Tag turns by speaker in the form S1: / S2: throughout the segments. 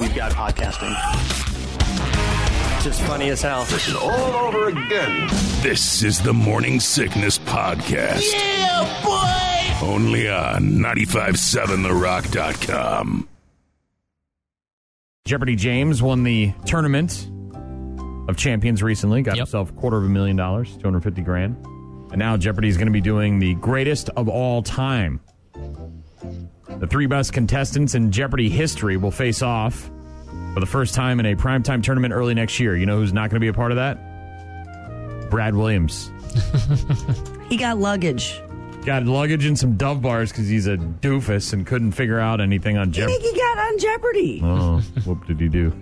S1: we've got podcasting.
S2: Just funny as hell.
S3: all over again.
S4: This is the Morning Sickness Podcast.
S5: Yeah, boy!
S4: Only on 957therock.com.
S6: Jeopardy James won the tournament of champions recently, got
S7: Yep.
S6: himself a quarter of a million dollars, 250 grand. And now Jeopardy is going to be doing the greatest of all time. The three best contestants in Jeopardy history will face off for the first time in a primetime tournament early next year. You know who's not going to be a part of that? Brad Williams.
S8: He got luggage.
S6: Got luggage and some Dove bars because he's a doofus and couldn't figure out anything on
S8: I
S6: Jeopardy.
S8: think he got on Jeopardy.
S6: Oh, what did he do?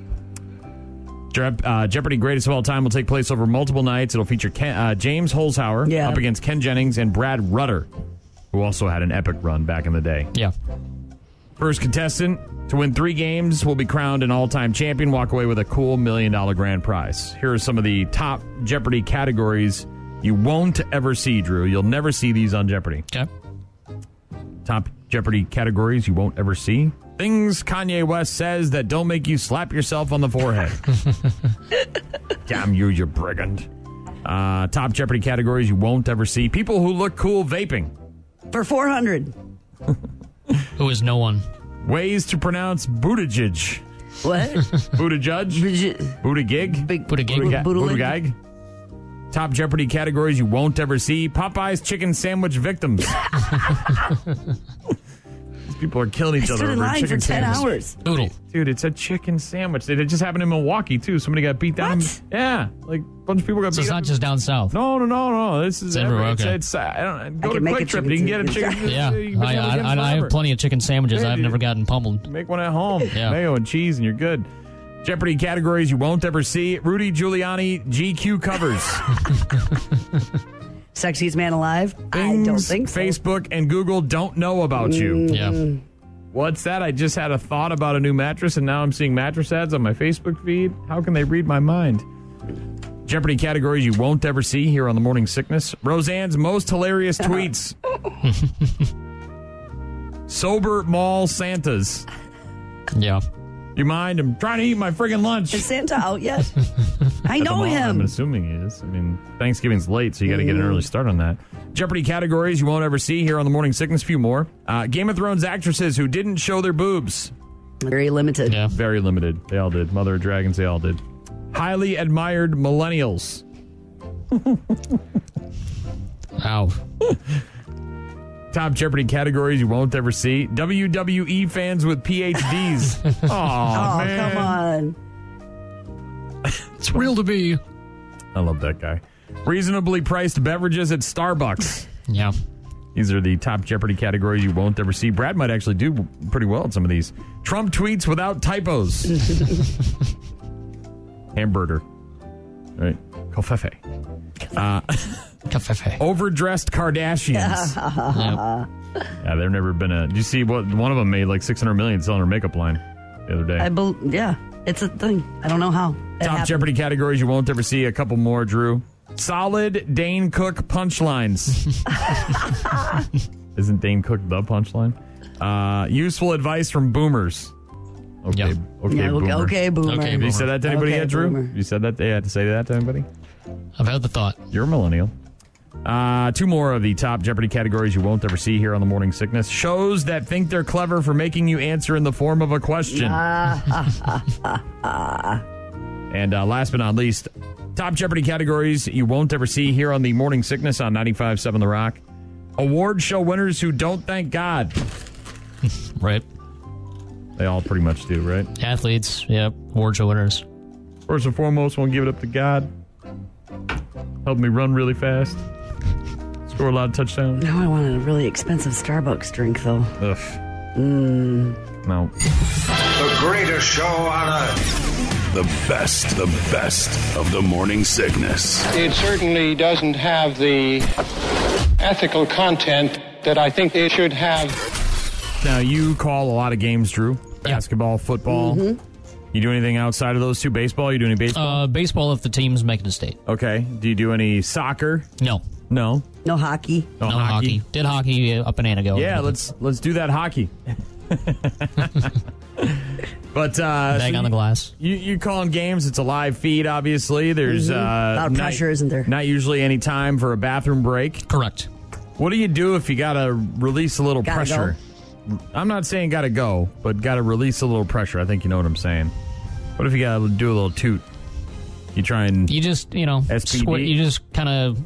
S6: Jep- uh, Jeopardy Greatest of All Time will take place over multiple nights. It'll feature Ken, uh, James Holzhauer
S8: Yeah.
S6: up against Ken Jennings and Brad Rutter, who also had an epic run back in the day.
S7: Yeah.
S6: First contestant to win three games will be crowned an all time champion, walk away with a cool million dollar grand prize. Here are some of the top Jeopardy categories you won't ever see, Drew. You'll never see these on Jeopardy
S7: Okay.
S6: top Jeopardy categories you won't ever see. Things Kanye West says that don't make you slap yourself on the forehead. Damn you, you brigand. Uh, top Jeopardy categories you won't ever see. People who look cool vaping.
S8: For 400.
S7: Who is no one?
S6: Ways to pronounce Buttigieg.
S8: What?
S6: Buttigieg? Buttigieg?
S8: Big
S7: Put a gig.
S8: Booty-
S6: Buttigieg?
S8: bootleg-
S6: Buttigieg? Top Jeopardy categories you won't ever see. Popeye's chicken sandwich victims. These people are killing
S8: I
S6: each other
S8: stood in
S6: over
S8: line for
S6: chicken
S8: 10
S6: sandwiches.
S8: hours.
S7: Oodle.
S6: Dude, it's a chicken sandwich. It just happened in Milwaukee too. Somebody got beat down.
S8: What?
S6: Yeah, like a bunch of people got
S7: So
S6: beat
S7: it's not
S6: up.
S7: just down south.
S6: no, no, no, no. This is
S7: It's everywhere,
S6: It's,
S7: okay.
S6: it's, uh, I don't. Go
S8: can
S6: to
S8: make
S6: Quick
S8: a
S6: Trip. You
S8: chicken
S6: can get a
S8: sandwich.
S6: chicken.
S7: Yeah.
S6: you can
S7: I,
S6: have it
S7: I, I
S6: forever.
S7: have plenty of chicken sandwiches.
S6: Hey,
S7: I've
S6: dude.
S7: never gotten pummeled.
S6: Make one at home.
S7: Yeah.
S6: Mayo and cheese, and you're good. Jeopardy categories you won't ever see. Rudy Giuliani GQ covers.
S8: Sexiest man alive? I don't
S6: Things
S8: think so. Mm,
S6: Facebook and Google don't know about you.
S7: Yeah.
S6: What's that? I just had a thought about a new mattress, and now I'm seeing mattress ads on my Facebook feed. How can they read my mind? Jeopardy categories you won't ever see here on the Morning Sickness. Roseanne's most hilarious tweets. Sober mall Santas.
S7: Yeah.
S6: You mind? I'm trying to eat my friggin' lunch.
S8: Is Santa out yet? I
S6: At the
S8: know
S6: mall, I'm
S8: him.
S6: assuming he is. I mean, Thanksgiving's late, so you got to get an early start on that. Jeopardy categories you won't ever see here on the Morning Sickness. Few more. Uh, Game of Thrones actresses who didn't show their boobs.
S8: Very limited.
S7: Yeah.
S6: Very limited. They all did. Mother of Dragons. They all did. Highly admired millennials.
S7: Ow.
S6: Top Jeopardy categories you won't ever see. WWE fans with PhDs. Aw,
S8: Oh,
S6: man.
S8: come on.
S7: It's real to be.
S6: I love that guy. Reasonably priced beverages at Starbucks.
S7: Yeah.
S6: These are the top Jeopardy categories you won't ever see. Brad might actually do pretty well at some of these. Trump tweets without typos. Hamburger. All right. Covfefe.
S7: Cafefe.
S6: Overdressed Kardashians.
S7: Yeah.
S6: yeah, they've never been a. Did you see what one of them made like 600 million selling her makeup line the other day?
S8: I bel yeah, it's a thing. I don't know how. it
S6: Top
S8: happened.
S6: Jeopardy categories you won't ever see. A couple more, Drew. Solid Dane Cook punchlines. Isn't Dane Cook the punchline? Uh, useful advice from boomers. Okay,
S7: Yeah.
S6: okay,
S8: Yeah, okay,
S6: boomer.
S8: okay, boomer.
S7: Okay,
S6: Have you
S7: boomer.
S6: said that to anybody
S8: Okay,
S6: yet, Drew?
S8: boomer.
S6: Have You said that they had to say that to anybody?
S7: I've had the thought.
S6: You're a millennial. Uh, two more of the top Jeopardy categories you won't ever see here on the Morning Sickness. Shows that think they're clever for making you answer in the form of a question.
S8: Ah.
S6: and uh, last but not least, top Jeopardy categories you won't ever see here on the Morning Sickness on 95.7 The Rock. Award show winners who don't thank God.
S7: Right.
S6: They all pretty much do, right?
S7: Athletes. Yeah. Award show winners.
S6: First and foremost, want to give it up to God. Helped me run really fast. Score a lot of touchdowns.
S8: Now I wanted a really expensive Starbucks drink, though.
S6: Ugh. No.
S3: The greatest show on earth.
S4: The best, the best of the Morning Sickness.
S9: It certainly doesn't have the ethical content that I think it should have.
S6: Now you call a lot of games, Drew. Basketball, football. You do anything outside of those two? Baseball? You do any baseball?
S7: Uh, baseball if the team's making a state.
S6: okay. Do you do any soccer?
S7: No.
S6: No.
S8: No hockey.
S6: No,
S7: No hockey. Did hockey uh, up in Anago.
S6: Yeah, let's let's do that hockey. But uh,
S7: Bang
S6: so
S7: on the glass.
S6: You, you calling games? It's a live feed, obviously. There's uh,
S8: A lot of
S6: not-
S8: pressure, isn't there?
S6: Not usually any time for a bathroom break.
S7: Correct.
S6: What do you do if you got to release a little
S8: Gotta
S6: pressure? I'm not saying got to go, but got to release a little pressure. I think you know what I'm saying. What if you got to do a little toot? You try and
S7: You just, you know,
S6: SPD?
S7: squirt- you just kind of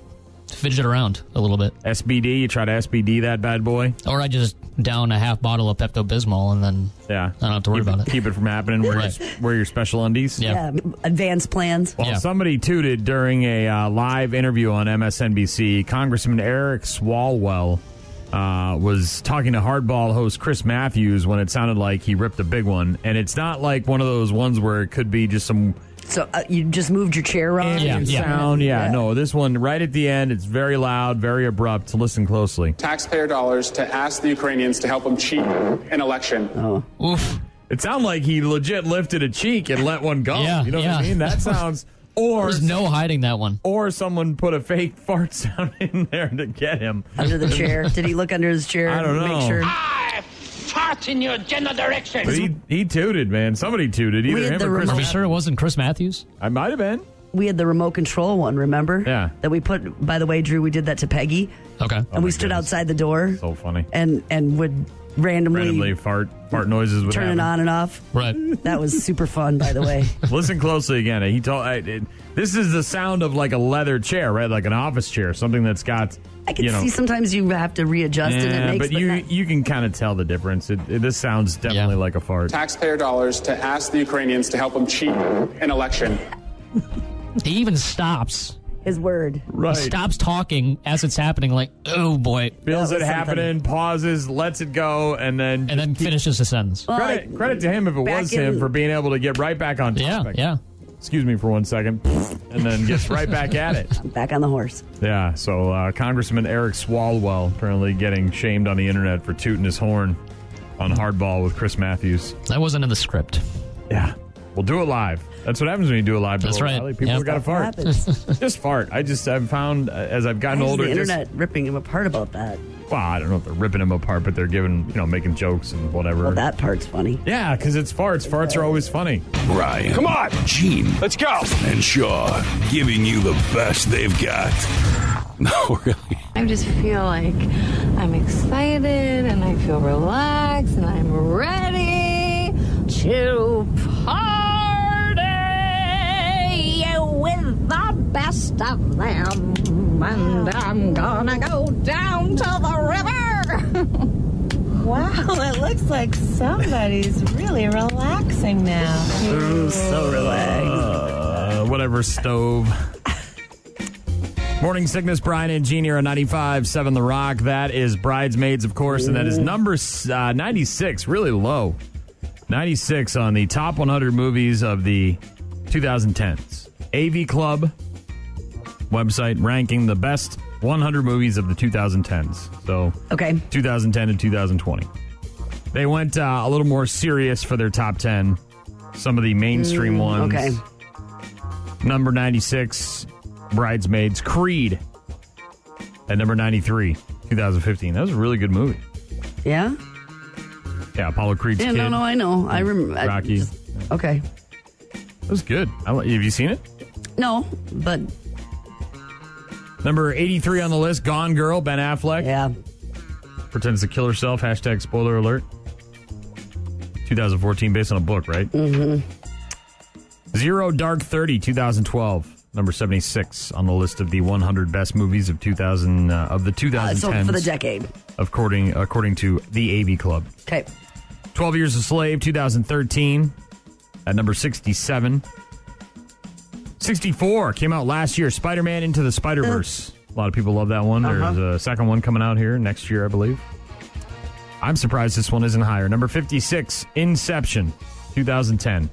S7: fidget around a little bit.
S6: SBD. You try to SBD that bad boy.
S7: Or I just down a half bottle of Pepto Bismol and then
S6: Yeah,
S7: I don't have to worry
S6: keep,
S7: about it.
S6: Keep it from happening. Wear, your, wear your special undies.
S7: Yeah.
S8: Yeah, advanced plans.
S6: Well,
S7: Yeah.
S6: somebody tooted during a uh, live interview on MSNBC. Congressman Eric Swalwell uh, was talking to Hardball host Chris Matthews when it sounded like he ripped a big one, and it's not like one of those ones where it could be just some
S8: So uh, you just moved your chair around.
S7: Yeah,
S8: and
S7: yeah.
S6: sound. Yeah, no, this one right at the end. It's very loud, very abrupt. Listen closely.
S1: taxpayer dollars to ask the Ukrainians to help them cheat an election.
S7: Oof.
S6: It sounded like he legit lifted a cheek and let one go.
S7: Yeah,
S6: you know
S7: yeah.
S6: what I mean? That sounds. Or
S7: There's no hiding that one.
S6: or someone put a fake fart sound in there to get him.
S8: under the chair. Did he look under his chair?
S6: I don't
S8: and
S6: know.
S8: Make sure.
S5: I fart in your general direction.
S6: But he, he tooted, man. Somebody tooted. Either
S8: We had
S6: him
S8: the
S6: or Chris.
S7: Are we
S8: remote-
S7: sure it wasn't Chris Matthews?
S6: I might have been.
S8: We had the remote control one. Remember?
S6: Yeah. Oh
S8: That we put. By the way, Drew, we did that to Peggy,
S7: Okay.
S8: and
S6: my
S8: we stood
S6: goodness.
S8: outside the door,
S6: So funny.
S8: and and would randomly,
S6: Randomly fart fart noises would
S8: turn
S6: happen.
S8: it on and off.
S7: Right.
S8: That was super fun, by the way.
S6: Listen closely again. He told I, it, this is the sound of like a leather chair, right? Like an office chair, something that's got.
S8: I can
S6: you know,
S8: see sometimes you have to readjust it.
S6: eh,
S8: It makes,
S6: but you
S8: not-
S6: you can kind of tell the difference. It, it- this sounds definitely
S7: Yeah.
S6: like a fart.
S1: Taxpayer dollars to ask the Ukrainians to help them cheat an election.
S7: He even stops.
S8: his word.
S6: Right.
S7: He stops talking as it's happening, like, oh boy.
S6: Feels
S8: That
S6: it
S8: was
S6: happening, pauses, lets it go, and then
S7: And then finishes the sentence.
S8: Well,
S6: credit,
S8: I-
S6: credit to him if it
S8: back
S6: was him
S8: in-
S6: for being able to get right back on
S7: Yeah,
S6: topic.
S7: yeah.
S6: Excuse me for one second, and then gets right back at it.
S8: back on the horse.
S6: Yeah, so uh, Congressman Eric Swalwell apparently getting shamed on the internet for tooting his horn on Hardball with Chris Matthews.
S7: That wasn't in the script.
S6: Yeah. We'll do it live. That's what happens when you do it live.
S7: That's
S6: Bill
S7: right.
S6: O'Reilly. People
S7: Yeah.
S6: got to
S8: What
S6: fart.
S8: happens?
S6: Just fart. I just I've found uh, as I've gotten
S8: Why is
S6: older,
S8: the
S6: just-
S8: internet ripping him apart about that.
S6: well, I don't know if they're ripping him apart, but they're giving you know making jokes and whatever.
S8: Well, that part's funny.
S6: yeah, because it's farts. Farts are always funny.
S4: Ryan. Come on. Gene. Let's go. And Shaw giving you the best they've got. No, really.
S10: I just feel like I'm excited and I feel relaxed and I'm ready to party with the best of them. And I'm gonna go down to the river.
S11: Wow, it looks like somebody's really relaxing now.
S8: Ooh, so relaxed.
S6: Uh, whatever stove. Morning sickness, Brian and Gene here on 95 7 The Rock. That is Bridesmaids, of course, and that is number uh, 96, really low. 96 on the top 100 movies of the 2010s. AV Club website ranking the best 100 movies of the 2010s. So
S8: Okay.
S6: 2010 and 2020. They went uh, a little more serious for their top 10. Some of the mainstream ones.
S8: Mm, okay.
S6: Number 96, Bridesmaids, Creed. At number 93, 2015. That was a really good movie.
S8: Yeah?
S6: Yeah, Apollo Creed's
S8: Yeah,
S6: kid.
S8: no, no, I know. I remember.
S6: Rocky.
S8: okay.
S6: That was good. I, li- have you seen it?
S8: No, but
S6: Number 83 on the list, Gone Girl, Ben Affleck.
S8: yeah.
S6: Pretends to kill herself. Hashtag spoiler alert. 2014, based on a book, right? Mm-hmm.
S8: Mm-hmm.
S6: Zero Dark 30, 2012. Number 76 on the list of the 100 best movies of 2000 uh, of the 2010s
S8: Uh, so for the decade.
S6: according according to the AV Club.
S8: Okay.
S6: 12 Years a Slave 2013 at number 67. 64 came out last year Spider Man Into the Spider Verse. A lot of people love that one. There's a second one coming out here next year, I believe. I'm surprised this one isn't higher. Number 56, Inception 2010.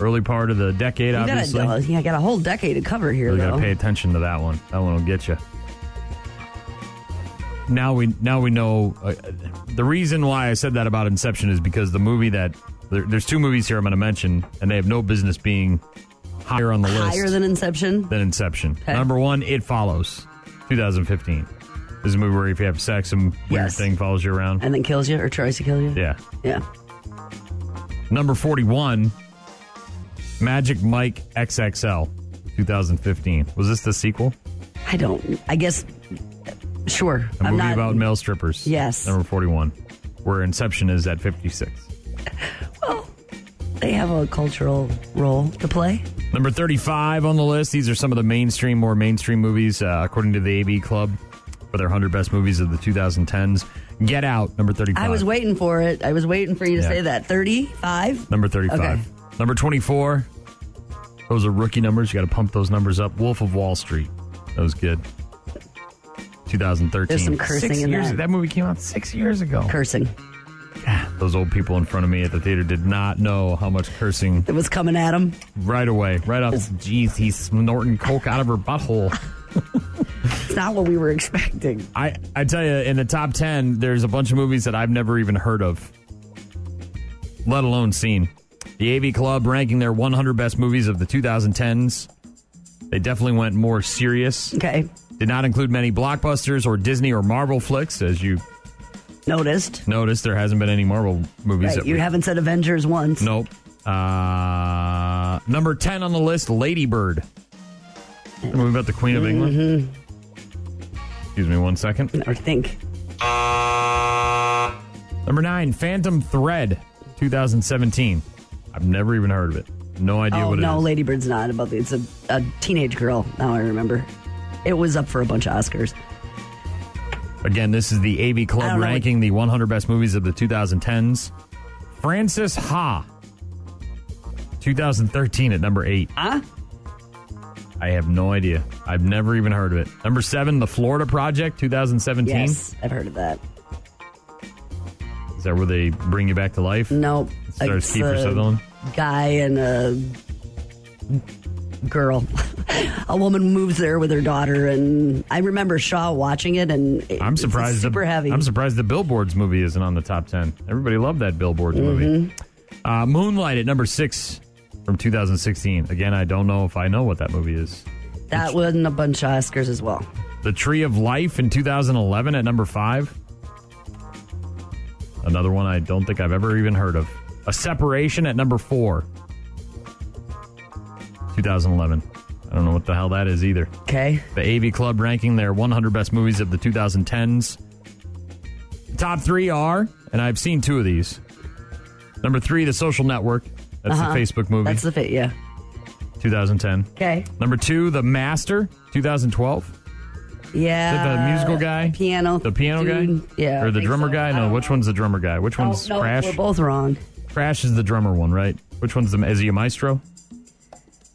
S6: Early part of the decade,
S8: You got,
S6: obviously.
S8: a, yeah, I got a whole decade to cover here,
S6: Really
S8: though.
S6: got to pay attention to that one. That one will get you. Now we now we know uh, the reason why I said that about Inception is because the movie that there, there's two movies here I'm going to mention and they have no business being higher on the list
S8: Higher than Inception.
S6: than Inception.
S8: Okay.
S6: Number one, It Follows, 2015. This is a movie where if you have sex, some weird
S8: Yes.
S6: thing follows you around.
S8: And then kills you or tries to kill you.
S6: yeah.
S8: Yeah.
S6: Number 41, Magic Mike XXL, 2015. Was this the sequel?
S8: I don't. I guess. Sure.
S6: A
S8: I'm
S6: movie
S8: not-
S6: about male strippers.
S8: Yes.
S6: Number 41, where Inception is at 56.
S8: They have a cultural role to play.
S6: Number 35 on the list. These are some of the mainstream, more mainstream movies, uh, according to the AB Club, for their 100 best movies of the 2010s. Get Out, number 35.
S8: I was waiting for it. I was waiting for you to
S6: Yeah.
S8: say that. 35?
S6: Number 35.
S8: Okay.
S6: Number 24. Those are rookie numbers. You got to pump those numbers up. Wolf of Wall Street. That was good. 2013.
S8: There's some cursing
S6: Six
S8: in
S6: years-
S8: that.
S6: movie came out six years ago.
S8: Cursing.
S6: Those old people in front of me at the theater did not know how much cursing
S8: It was coming at him.
S6: right away, right off. Jeez, he's snorting coke out of her butthole.
S8: It's not what we were expecting.
S6: I, I tell you, in the top 10, there's a bunch of movies that I've never even heard of, let alone seen. The AV Club ranking their 100 best movies of the 2010s. They definitely went more serious.
S8: Okay.
S6: Did not include many blockbusters or Disney or Marvel flicks, as you
S8: Noticed.
S6: noticed. There hasn't been any Marvel movies.
S8: Right.
S6: that
S8: You
S6: we-
S8: haven't said Avengers once.
S6: Nope. Uh, number 10 on the list, Ladybird. The movie about the Queen of England. Mm-hmm. Excuse me one second.
S8: Or think.
S6: Number nine, Phantom Thread, 2017. I've never even heard of it. No idea
S8: oh,
S6: what it is.
S8: no, Ladybird's not about It's a, a teenage girl. Now I remember. It was up for a bunch of Oscars.
S6: Again, this is the AV
S8: I
S6: Club
S8: don't know
S6: ranking the 100 best movies of the 2010s. Francis Ha, 2013 at number eight.
S8: Huh?
S6: I have no idea. I've never even heard of it. Number seven, The Florida Project, 2017.
S8: Yes, I've heard of that.
S6: Is that where they bring you back to life?
S8: Nope.
S6: It stars
S8: It's
S6: Kiefer
S8: a
S6: Sutherland.
S8: Guy and a girl. a woman moves there with her daughter, and I remember Shaw watching it, and it-
S6: I'm surprised.
S8: It's super
S6: the,
S8: heavy.
S6: I'm surprised the Billboards movie isn't on the top ten. Everybody loved that Billboards movie.
S8: Mm-hmm.
S6: Uh, Moonlight at number six from 2016. Again, I don't know if I know what that movie is.
S8: That won a bunch of Oscars as well.
S6: The Tree of Life in 2011 at number five. Another one I don't think I've ever even heard of. A Separation at number four. 2011. I don't know what the hell that is either.
S8: Okay.
S6: The AV Club ranking their 100 best movies of the 2010s. Top three are, and I've seen two of these. Number three, The Social Network. That's
S8: Uh-huh.
S6: the Facebook movie,
S8: That's the fit, yeah.
S6: 2010.
S8: Okay.
S6: Number two, The Master, 2012.
S8: Yeah.
S6: the musical guy?
S8: Uh, Piano.
S6: The piano
S8: dude.
S6: guy?
S8: Yeah.
S6: Or the
S8: I think
S6: drummer
S8: so.
S6: guy? No, which one's the drummer guy? Which
S8: Oh,
S6: one's
S8: no,
S6: Crash?
S8: We're both wrong.
S6: Crash is the drummer one, right? Which one's the, is he a maestro?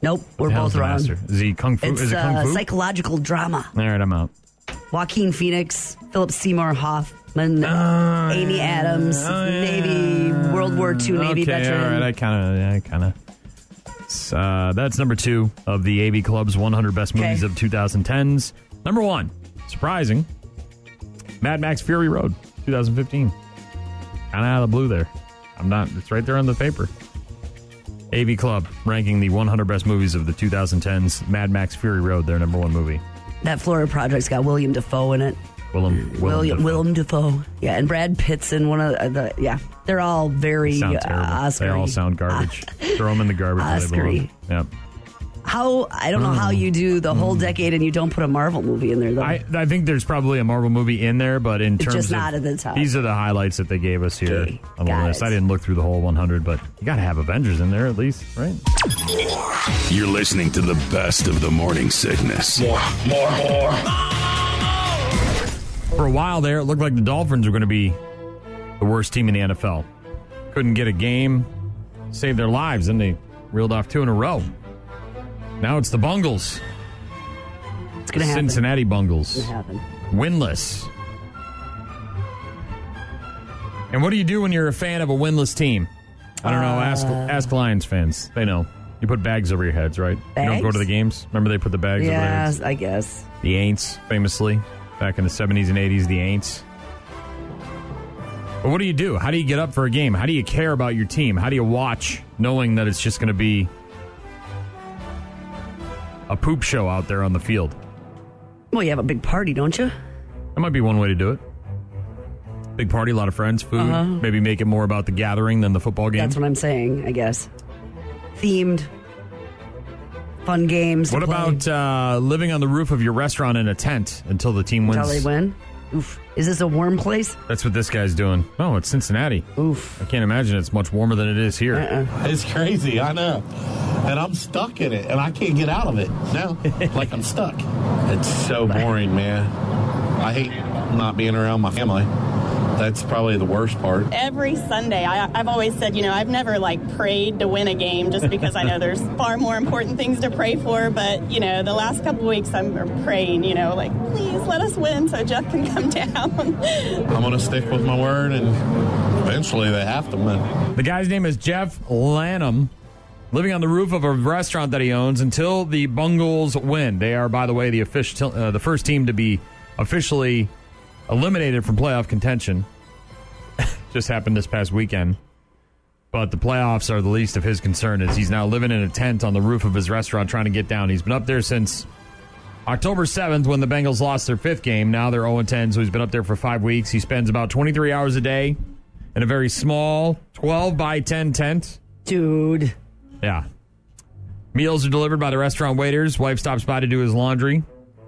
S8: Nope, we're
S6: The hell's
S8: both
S6: the
S8: wrong.
S6: Master? Is he Kung Fu?
S8: It's
S6: is it Kung
S8: uh,
S6: Fu?
S8: psychological drama.
S6: All right, I'm out.
S8: Joaquin Phoenix, Philip Seymour Hoffman,
S6: Uh,
S8: Amy Adams, Navy, World War II Navy
S6: oh, okay,
S8: veteran.
S6: All right, I kind of, I kind of. Uh, that's number two of the AV Club's 100 best
S8: Okay.
S6: movies of 2010s. Number one, surprising, Mad Max Fury Road, 2015. Kind of out of the blue there. I'm not. It's right there on the paper. AV Club ranking the 100 best movies of the 2010s. Mad Max Fury Road, their number one movie.
S8: That Florida Project's got William Defoe in it.
S6: Willem, Willem
S8: William
S6: Dafoe.
S8: Willem Defoe. Yeah, and Brad Pitt's in one of the. Yeah, they're all very
S6: Sound
S8: uh, Ah,
S6: terrible.
S8: Oscar.
S6: They all sound garbage. Throw them in the garbage. where they belong.
S8: Oscar-y.
S6: Yeah.
S8: How I don't know how you do the whole decade and you don't put a Marvel movie in there though.
S6: Hmm. I, I think there's probably a Marvel movie in there, but in
S8: It's
S6: terms
S8: just
S6: of
S8: not at the top.
S6: these are the highlights that they gave us here
S8: Okay,
S6: on the
S8: got
S6: list.
S8: it.
S6: I didn't look through the whole 100, but you got to have Avengers in there at least, right?
S4: You're listening to the best of the morning sickness. More, more, more.
S6: For a while there, it looked like the Dolphins were going to be the worst team in the NFL. Couldn't get a game, saved their lives, and they reeled off two in a row. Now it's the Bungles,
S8: it's gonna happen.
S6: Cincinnati Bungles.
S8: It's gonna happen.
S6: winless. And what do you do when you're a fan of a winless team? I don't know. Ask ask Lions fans. They know. You put bags over your heads, right? You don't go
S8: Bags?
S6: to the games. Remember they put the bags over their
S8: Yeah,
S6: heads?
S8: I guess.
S6: The Aints, famously. Back in the 70s and 80s, the Aints. But what do you do? How do you get up for a game? How do you care about your team? How do you watch knowing that it's just going to be a poop show out there on the field?
S8: Well, you have a big party, don't you?
S6: That might be one way to do it. Big party, a lot of friends, food.
S8: Uh-huh.
S6: Maybe make it more about the gathering than the football game.
S8: That's what I'm saying, I guess. Themed, fun games. to
S6: What
S8: play
S6: about uh, living on the roof of your restaurant in a tent until the team
S8: until
S6: wins?
S8: they win? Oof. Is this a warm place?
S6: That's what this guy's doing. Oh, it's Cincinnati. Oof. I can't imagine it's much warmer than it is here.
S8: Uh-uh.
S12: It's crazy, I know. And I'm stuck in it, and I can't get out of it now. like I'm stuck. It's so boring, man. I hate not being around my family. That's probably the worst part.
S13: Every Sunday, I, I've always said, you know, I've never like prayed to win a game just because I know there's far more important things to pray for. But, you know, the last couple weeks I'm praying, you know, like, please let us win so Jeff can come down.
S12: I'm gonna stick with my word, and eventually they have to win.
S6: The guy's name is Jeff Lanham, living on the roof of a restaurant that he owns until the Bungles win. They are, by the way, the official, uh, the first team to be officially eliminated from playoff contention. Just happened this past weekend. But the playoffs are the least of his concern as he's now living in a tent on the roof of his restaurant trying to get down. He's been up there since October 7th when the Bengals lost their fifth game. Now they're 0 10, so he's been up there for five weeks. He spends about 23 hours a day in a very small 12 by 10 tent.
S8: Dude.
S6: Yeah. Meals are delivered by the restaurant waiters. Wife stops by to do his laundry.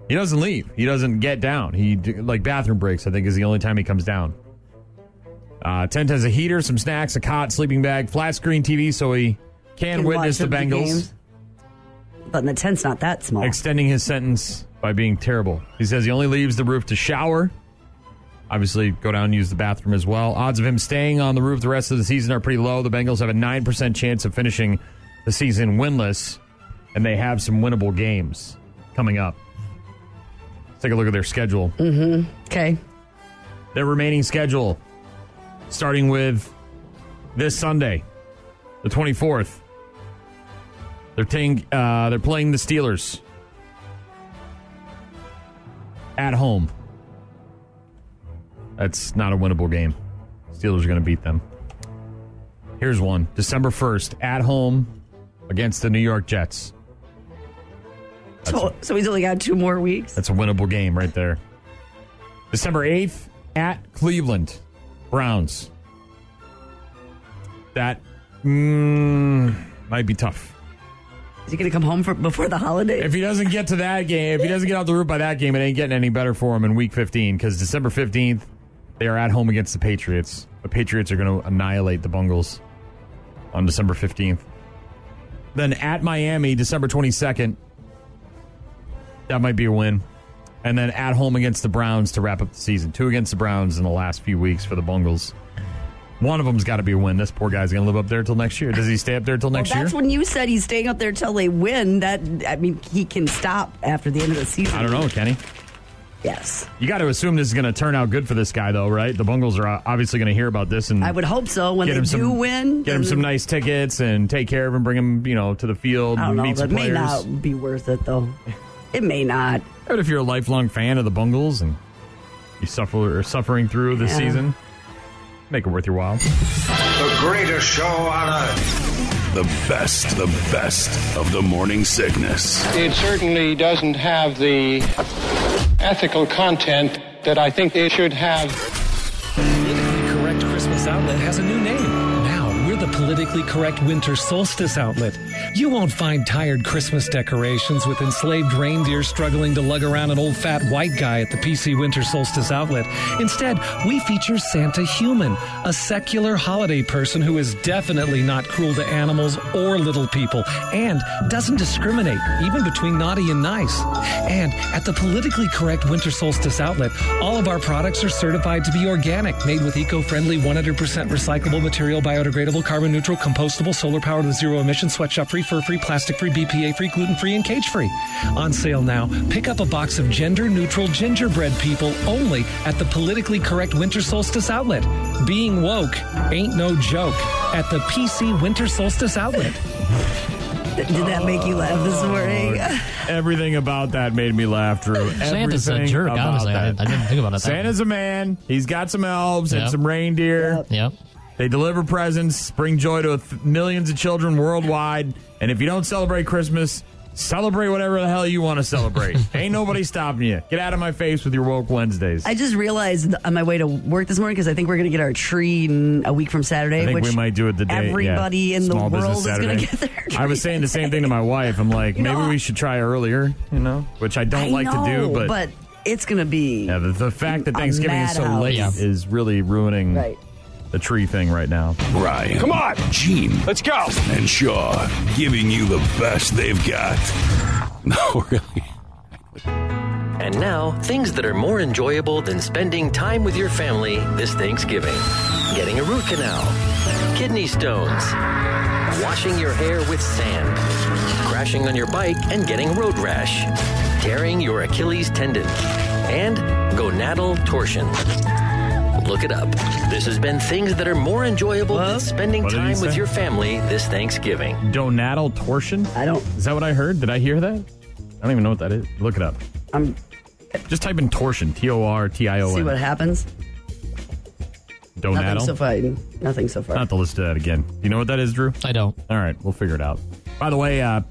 S6: He doesn't leave. He doesn't get down. He d- like bathroom breaks. I think is the only time he comes down. Uh, tent has a heater, some snacks, a cot, sleeping bag, flat screen TV, so he can,
S8: Can
S6: witness the
S8: watch the
S6: Bengals.
S8: games. But the tent's not that small.
S6: Extending his sentence by being terrible. He says he only leaves the roof to shower. Obviously, go down and use the bathroom as well. Odds of him staying on the roof the rest of the season are pretty low. The Bengals have a 9% chance of finishing the season winless, and they have some winnable games coming up. Let's take a look at their schedule.
S8: Mm-hmm. Okay.
S6: Their remaining schedule, starting with this Sunday, the 24th. They're, ting, uh, they're playing the Steelers at home. That's not a winnable game. Steelers are going to beat them. Here's one December 1st at home against the New York Jets.
S8: So, so he's only got two more weeks.
S6: That's a winnable game right there. December 8th at Cleveland Browns. That mm, might be tough.
S8: Is he going to come home for, before the holiday?
S6: If he doesn't get to that game, if he doesn't get off the roof by that game, it ain't getting any better for him in week 15 because December 15th, they are at home against the Patriots. The Patriots are going to annihilate the Bungles on December 15th. Then at Miami, December 22nd, that might be a win. And then at home against the Browns to wrap up the season. Two against the Browns in the last few weeks for the Bungles. One of them's got to be a win. This poor guy's going to live up there till next year. Does he stay up there till next year?
S8: That's when you said he's staying up there till they win. That I mean, he can stop after the end of the season.
S6: I don't know, Kenny.
S8: Yes.
S6: You got to assume this is going to turn out good for this guy, though, right? The Bungles are uh, obviously going to hear about this, and
S8: I would hope so. When
S6: get
S8: they
S6: him
S8: do
S6: some,
S8: win,
S6: get him
S8: then-
S6: some nice tickets and take care of him, bring him, you know, to the field,
S8: I don't
S6: and
S8: know.
S6: meet
S8: That
S6: some
S8: may
S6: players.
S8: not be worth it though. It may not.
S6: But if you're a lifelong fan of the Bungles and you suffer are suffering through this
S3: Yeah.
S6: season, make it worth your while.
S3: The greatest show on earth.
S4: The best, the best of the morning sickness.
S9: It certainly doesn't have the ethical content that I think it should have.
S14: Politically Correct Christmas Outlet has a new name. Now we're the Politically Correct Winter Solstice Outlet. You won't find tired Christmas decorations with enslaved reindeer struggling to lug around an old fat white guy at the PC Winter Solstice Outlet. Instead, we feature Santa Human, a secular holiday person who is definitely not cruel to animals or little people and doesn't discriminate even between naughty and nice. And at the politically correct Winter Solstice outlet, all of our products are certified to be organic, made with eco-friendly 100% recyclable material, biodegradable, carbon neutral, compostable, solar powered with zero emission, sweatshop free, fur free, plastic free, BPA free, gluten free, and cage free. On sale now, pick up a box of gender neutral gingerbread people only at the politically correct Winter Solstice outlet. Being woke ain't no joke at the PC Winter Solstice outlet.
S8: Did that make you laugh
S6: Oh,
S8: this morning?
S6: Everything about that made me laugh, Drew.
S7: Santa's a
S6: Everything
S7: jerk,
S6: about
S7: honestly. I-
S6: that.
S7: I didn't think about it that way.
S6: Santa's a man. He's got some elves and
S7: Yep.
S6: some reindeer.
S7: Yep. Yep.
S6: They deliver presents, bring joy to th- millions of children worldwide. And if you don't celebrate Christmas, Celebrate whatever the hell you want to celebrate. Ain't nobody stopping you. Get out of my face with your woke Wednesdays.
S8: I just realized th- on my way to work this morning because I think we're going to get our tree in a week from Saturday.
S6: I think
S8: which
S6: we might do it the day. yeah.
S8: Everybody in the
S6: Small Business
S8: world is going
S6: Saturday.
S8: to get their
S6: I was saying the same thing to my wife. I'm like, maybe we should try earlier, you know, which I don't
S8: I
S6: like to do,
S8: know,
S6: but,
S8: but it's going to be.
S6: yeah, the, the fact that
S8: a
S6: Thanksgiving is so
S8: madhouse.
S6: late
S8: Yeah.
S6: is really ruining
S8: Right.
S6: the tree thing right now.
S4: Ryan. Come on. Gene. Let's go. And Shaw giving you the best they've got. No, really.
S15: And now, things that are more enjoyable than spending time with your family this Thanksgiving getting a root canal, kidney stones, washing your hair with sand, crashing on your bike and getting road rash, tearing your Achilles tendon, and gonadal torsion. Look it up. This has been things that are more enjoyable than spending
S6: What did he
S15: time with
S6: say?
S15: your family this Thanksgiving.
S6: Donatal torsion? I don't. Is that what I heard? Did I hear that? I don't even know what that is. Look it up.
S8: I'm.
S6: Just type in torsion. T O R T I O
S8: See what
S6: N.
S8: happens. Nothing
S6: Donatal.
S8: so far. Nothing so far.
S6: Not to listen to that again. You know what that is, Drew? I don't. All right, we'll figure it out. By the way, uh,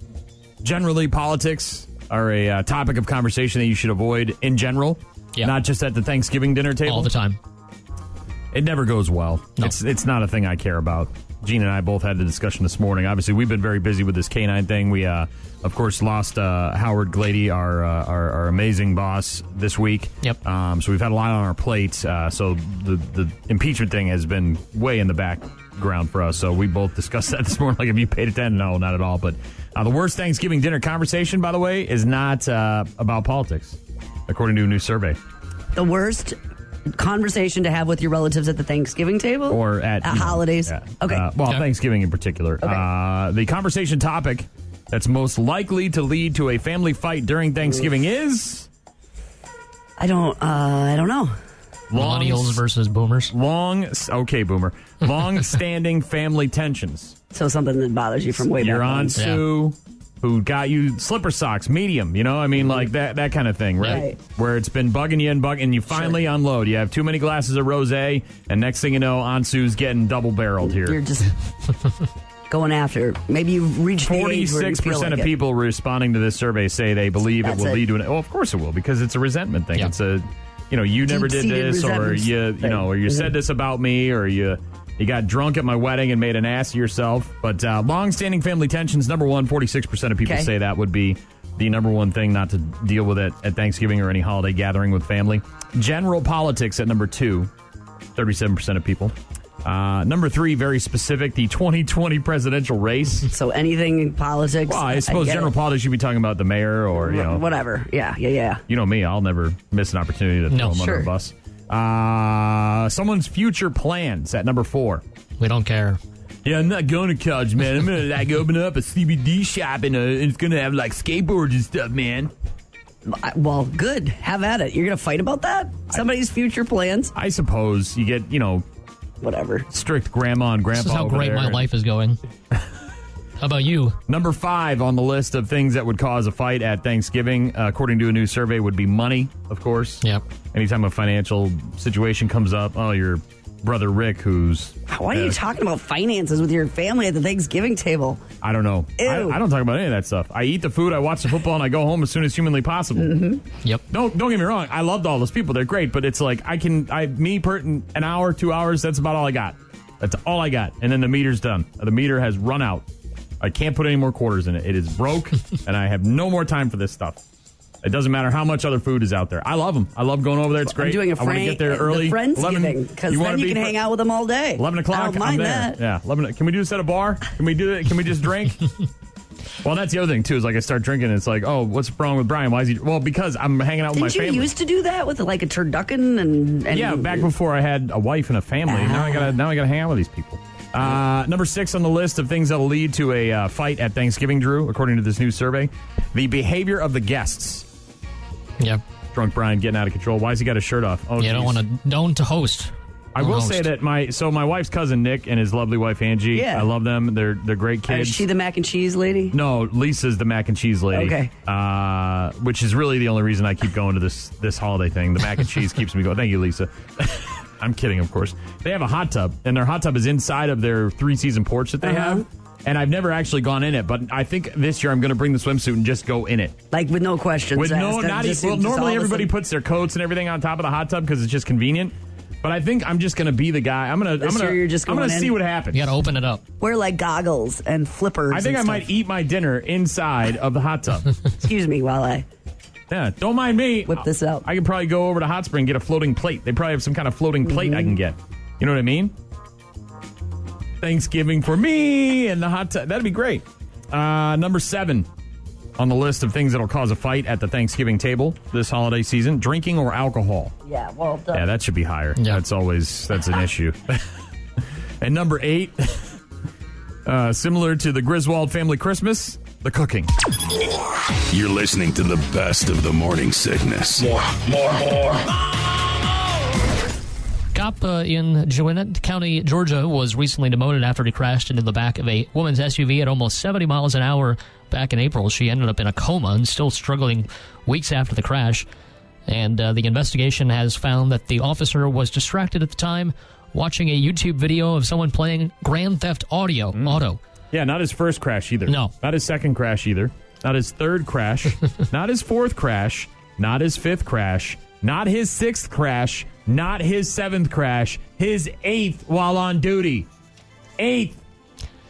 S6: generally politics are a uh, topic of conversation that you should avoid in general, not just at the Thanksgiving dinner table. All the time. It never goes well. It's it's not a thing I care about. Gene and I both had the discussion this morning. Obviously, we've been very busy with this canine thing. We, uh, of course, lost uh, Howard Glady, our, uh, our our amazing boss, this week. Yep. Um, so we've had a lot on our plates. Uh, so the the impeachment thing has been way in the background for us. So we both discussed that this morning. Like, have you paid attention? No, not at all. But uh, the worst Thanksgiving dinner conversation, by the way, is not uh, about politics, according to a new survey.
S8: The worst conversation to have with your relatives at the Thanksgiving table
S6: or at, you know,
S8: holidays.
S6: yeah.
S8: Okay.
S6: Uh, well, Thanksgiving in particular. Uh, the conversation topic that's most likely to lead to a family fight during Thanksgiving is
S8: I don't. Uh, I don't know.
S7: Millennials
S6: versus boomers. Long, okay, boomer. Long-standing family tensions.
S8: So something that bothers you from way
S6: You're
S8: back
S6: on
S8: when.
S6: Sue, who got you slipper socks, medium. You know, I mean, like that that kind of thing, right?
S8: Mm-hmm. Right.
S6: Where it's been bugging you and bugging, and you finally unload. You have too many glasses of rosé, and next thing you know, Ansu's getting double-barreled here.
S8: You're just going after. Maybe you've reached the age where you
S6: Forty-six
S8: feel
S6: percent
S8: like
S6: of
S8: it.
S6: people responding to this survey say they believe
S8: That's
S6: it will
S8: it.
S6: lead to an. Well, of course it will, because it's a resentment thing. It's a, you know, you never did
S8: Deep-seated
S6: this, or
S8: resentment
S6: you, you
S8: thing.
S6: know, or you
S8: Mhm.
S6: said this about me, or you, you got drunk at my wedding and made an ass of yourself. But uh, long-standing family tensions, number one. Forty-six percent of people
S16: Okay.
S6: say that would be the number one thing not to deal with at, at Thanksgiving or any holiday gathering with family. General politics at number two. 37% of people. Uh, number three, very specific, the 2020 presidential race.
S8: So anything in politics.
S6: Well, I suppose
S8: get
S6: general
S8: it.
S6: politics, you'd be talking about the mayor or, you know.
S8: Whatever. Yeah. Yeah. Yeah.
S6: You know me, I'll never miss an opportunity to throw
S8: No.
S6: him under
S8: Sure.
S6: a bus. Uh, someone's future plans at number four. We don't care. Yeah, I'm not going to college, man. I'm gonna like open up a CBD shop and, uh, and it's gonna have like skateboards and stuff, man.
S8: I- Well, good. Have at it. You're going to fight about that? Somebody's future plans?
S6: I suppose you get you know
S8: whatever
S6: strict grandma and grandpa.
S7: This is how
S6: over
S7: great
S6: there
S7: my
S6: and-
S7: life is going.
S6: How about you? Number five on the list of things that would cause a fight at Thanksgiving, uh, according to a new survey, would be money, of course. Yep. Anytime a financial situation comes up, oh, your brother Rick, who's.
S8: Why are you talking about finances with your family at the Thanksgiving table?
S6: I don't know. I, I don't talk about any of that stuff. I eat the food, I watch the football, and I go home as soon as humanly possible.
S8: Mm-hmm.
S6: Yep. Don't don't get me wrong. I loved all those people; they're great. But it's like I can, I me per an hour, two hours. That's about all I got. That's all I got. And then the meter's done. The meter has run out. I can't put any more quarters in it. It is broke, and I have no more time for this stuff. It doesn't matter how much other food is out there. I love them. I love going over there. It's great.
S8: I'm doing a
S6: I want to
S8: Frank, uh,
S6: get there early.
S8: The
S6: 11
S8: Friendsgiving, because
S6: you
S8: then
S6: wanna
S8: you
S6: be
S8: can
S6: fr-
S8: hang out with them all day. Oh,
S6: 11 o'clock.
S8: I don't mind
S6: am there.
S8: that.
S6: Yeah. 11, can we do this at a bar? Can we do it? Can we just drink? well, that's the other thing, too, is like I start drinking and it's like, oh, what's wrong with Brian? Why is he? Well, because I'm hanging out
S8: Didn't
S6: with
S8: you
S6: my family.
S8: used to do that with like a turducken and, and
S6: yeah, back before I had a wife and a family. Now I
S8: Ah.
S6: gotta now I gotta hang out with these people. Uh, number six on the list of things that'll lead to a uh, fight at Thanksgiving, Drew, according to this new survey, the behavior of the guests. Yeah, drunk Brian getting out of control. Why's he got his shirt off? Oh,
S7: yeah, don't
S6: geez.
S7: want to don't to host.
S6: I will
S7: Don't
S6: say
S7: host.
S6: that my so my wife's cousin Nick and his lovely wife Angie.
S8: Yeah.
S6: I love them. They're they're great
S8: Or
S6: kids.
S8: Is she the mac and cheese lady?
S6: no, Lisa's the mac and cheese lady.
S8: Okay.
S6: Uh, which is really the only reason I keep going to this this holiday thing. The mac and cheese keeps me going. Thank you, Lisa.
S8: Uh-huh.
S6: I'm kidding, of course. They have a hot tub, and their hot tub is inside of their three season porch that they have. And I've never actually gone in it, but I think this year I'm going to bring the swimsuit and just go in it.
S8: Like with no questions.
S6: With no,
S8: asked,
S6: not
S8: just-
S6: even. Well,
S8: just all
S6: normally
S8: of a
S6: everybody
S8: sudden-
S6: puts their coats and everything on top of the hot tub because it's just convenient. But I think I'm just going to be the guy. I'm going to. I'm
S8: This
S6: going
S8: year
S6: to.
S8: you're just
S6: I'm going
S8: going
S6: to
S8: in.
S6: see what happens.
S8: You gotta
S6: open it up.
S8: Wear like goggles and flippers.
S6: I think
S8: and
S6: I might
S8: stuff.
S6: eat my dinner inside of the hot tub.
S8: Excuse me while I.
S6: Yeah, don't mind me. Whip this out. I could probably go over to Hot Spring and get a floating plate. They probably have some kind of floating plate I can get. You know what I mean? Thanksgiving for me and the hot tub. That'd be great. Uh, number seven on the list of things that'll cause a fight at the Thanksgiving table this holiday season: drinking or alcohol.
S8: Yeah, well, duh.
S6: Yeah, that should be higher. That's always that's an issue. and number eight, uh, similar to the Griswold family Christmas, the cooking.
S4: You're listening to the best of the morning sickness. More, more, more.
S7: Cop uh, in Gwinnett County, Georgia, was recently demoted after he crashed into the back of a woman's SUV at almost 70 miles an hour back in April. She ended up in a coma and still struggling weeks after the crash. And uh, the investigation has found that the officer was distracted at the time watching a YouTube video of someone playing Grand Theft Audio Auto.
S6: Yeah, not his first crash either. No. Not his second crash either. Not his third crash. not his fourth crash. Not his fifth crash. Not his sixth crash. Not his seventh crash. His eighth while on duty. Eighth.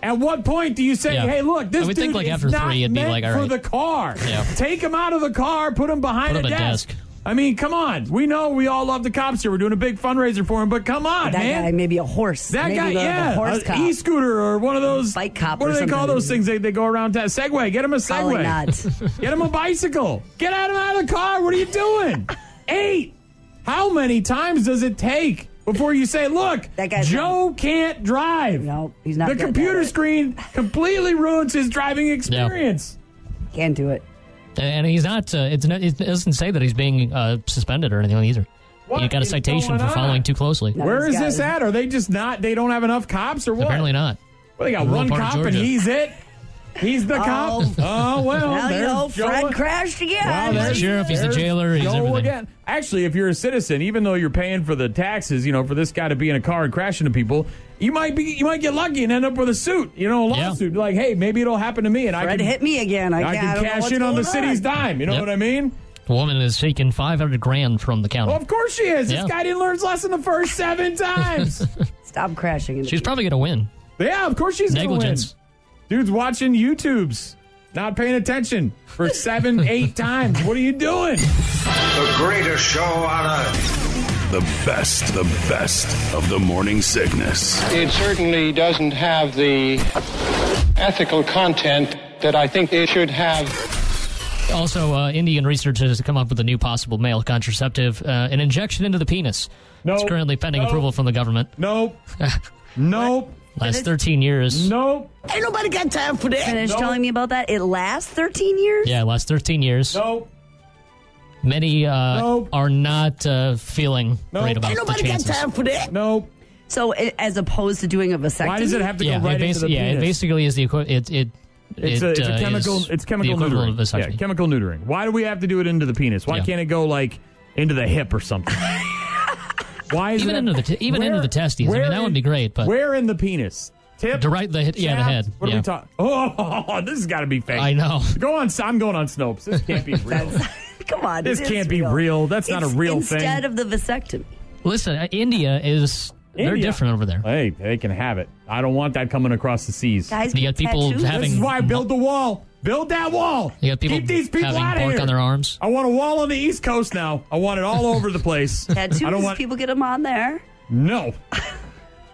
S6: At what point do you say,
S7: Yeah.
S6: "Hey, look, this
S7: I would
S6: dude
S7: think, like,
S6: is
S7: after
S6: not
S7: three, it'd be
S6: meant
S7: like, all
S6: for
S7: right.
S6: the car.
S7: Yeah.
S6: Take him out of the car. Put him behind
S7: Put him
S6: a
S7: at
S6: desk.
S7: desk.
S6: I mean, come on. We know we all love the cops here. We're doing a big fundraiser for him, but come on,
S8: That
S6: man.
S8: guy, maybe a horse.
S6: That
S8: Maybe
S6: guy,
S8: the- the
S6: yeah, uh,
S8: horse
S6: a
S8: cop.
S6: e-scooter or one of those
S8: bike cop.
S6: What
S8: or
S6: do they call
S8: something.
S6: those things? They, they go around town. Segway. Get him a
S8: Probably
S6: Segway.
S8: not.
S6: get him a bicycle. Get out of out of the car. What are you doing? Eight. How many times does it take before you say, "Look, that guy Joe can't drive"? No, he's
S8: not
S6: The
S8: good at
S6: computer
S8: that.
S6: screen completely ruins his driving experience.
S8: Can't do it.
S7: And he's not, uh, it's not, it doesn't say that he's being uh, suspended or anything either. he got a citation
S6: going
S7: for
S6: on?
S7: following too closely.
S6: Where is this at? Are they just not? They don't have enough cops, or what?
S7: Apparently not.
S6: Well, they got
S7: Rural
S6: one
S7: part of
S6: cop, and
S7: Georgia.
S6: he's it. He's the cop.
S8: Oh.
S6: Oh well,
S8: Now you
S6: there's
S8: know Fred
S6: Joe.
S8: crashed again.
S6: Well,
S7: He's the
S6: there's-
S7: sheriff, he's the
S6: there's
S7: jailer, he's
S6: Joe
S7: everything.
S6: again. Actually, if you're a citizen, even though you're paying for the taxes, you know, for this guy to be in a car and crash into people, you might be, you might get lucky and end up with a suit, you know, a lawsuit. Like, hey, maybe it'll happen to me, and I
S8: Fred
S6: can
S8: hit me again. I,
S6: I
S8: can't- I
S6: can
S8: don't know
S6: cash
S8: what's
S6: in on the
S8: going
S6: city's dime. You know
S7: Yep.
S6: what I mean?
S7: The woman is seeking 500 grand from the county.
S6: Well, of course she is.
S7: Yeah.
S6: This guy didn't learn his lesson the first seven times.
S8: Stop crashing. Into
S7: She's
S8: people.
S7: probably going to win.
S6: yeah, of course she's gonna win.
S7: Negligence.
S6: Dude's watching YouTubes, not paying attention for seven, eight times. What are you doing?
S3: The greatest show on earth.
S4: The best, the best of the morning sickness.
S9: It certainly doesn't have the ethical content that I think it should have.
S7: Also, uh, Indian researchers has come up with a new possible male contraceptive, uh, an injection into the penis.
S6: No.
S7: It's currently pending
S6: No.
S7: approval from the government.
S6: Nope. nope.
S7: Last 13 years.
S6: Nope.
S8: Ain't nobody got time for that. Finish
S7: No.
S8: telling me about that. It lasts 13 years?
S7: Yeah, last 13 years.
S6: Nope.
S7: Many uh, are not uh, feeling great about
S8: Ain't
S7: the
S8: nobody got
S7: chances.
S8: time for that.
S6: Nope.
S8: So i as opposed to doing a vasectomy?
S7: yeah, it basi- yeah, it basically is the equi- it it
S6: It's, a,
S7: it,
S6: it's a
S7: uh,
S6: chemical.
S7: is
S6: It's chemical
S7: the equivalent
S6: neutering.
S7: Of
S6: Yeah,
S7: vasectomy.
S6: chemical neutering. Why do we have to do it into the penis? Why
S7: Yeah.
S6: can't it go like into the hip or something? Why is
S7: Even
S6: it
S7: into the t- even into the testes. I mean, that would be great, but-
S6: where in the penis? Tip,
S7: Direct the hit- yeah, the
S6: Shaft?
S7: head,
S6: What are
S7: yeah.
S6: we talking? Oh, this has got to be fake. I
S7: know.
S6: Go on. I'm going on Snopes. This can't be real.
S8: Come on.
S6: This
S8: it is
S6: can't be real. That's not a
S8: It's
S6: real thing.
S8: instead of the vasectomy.
S7: Listen, uh, India is they're
S6: India.
S7: different over there.
S6: Hey, they can have it. I don't want that coming across the seas.
S7: Guys You get get people tattoos. having-
S6: This is why I build the wall. Build that wall.
S7: You got people
S6: Keep these people
S7: having
S6: out of
S7: bark
S6: here.
S7: on their arms.
S6: I want a wall on the East Coast now. I want it all over the place.
S8: Tattoos,
S6: I don't want
S8: people get them on there.
S6: no,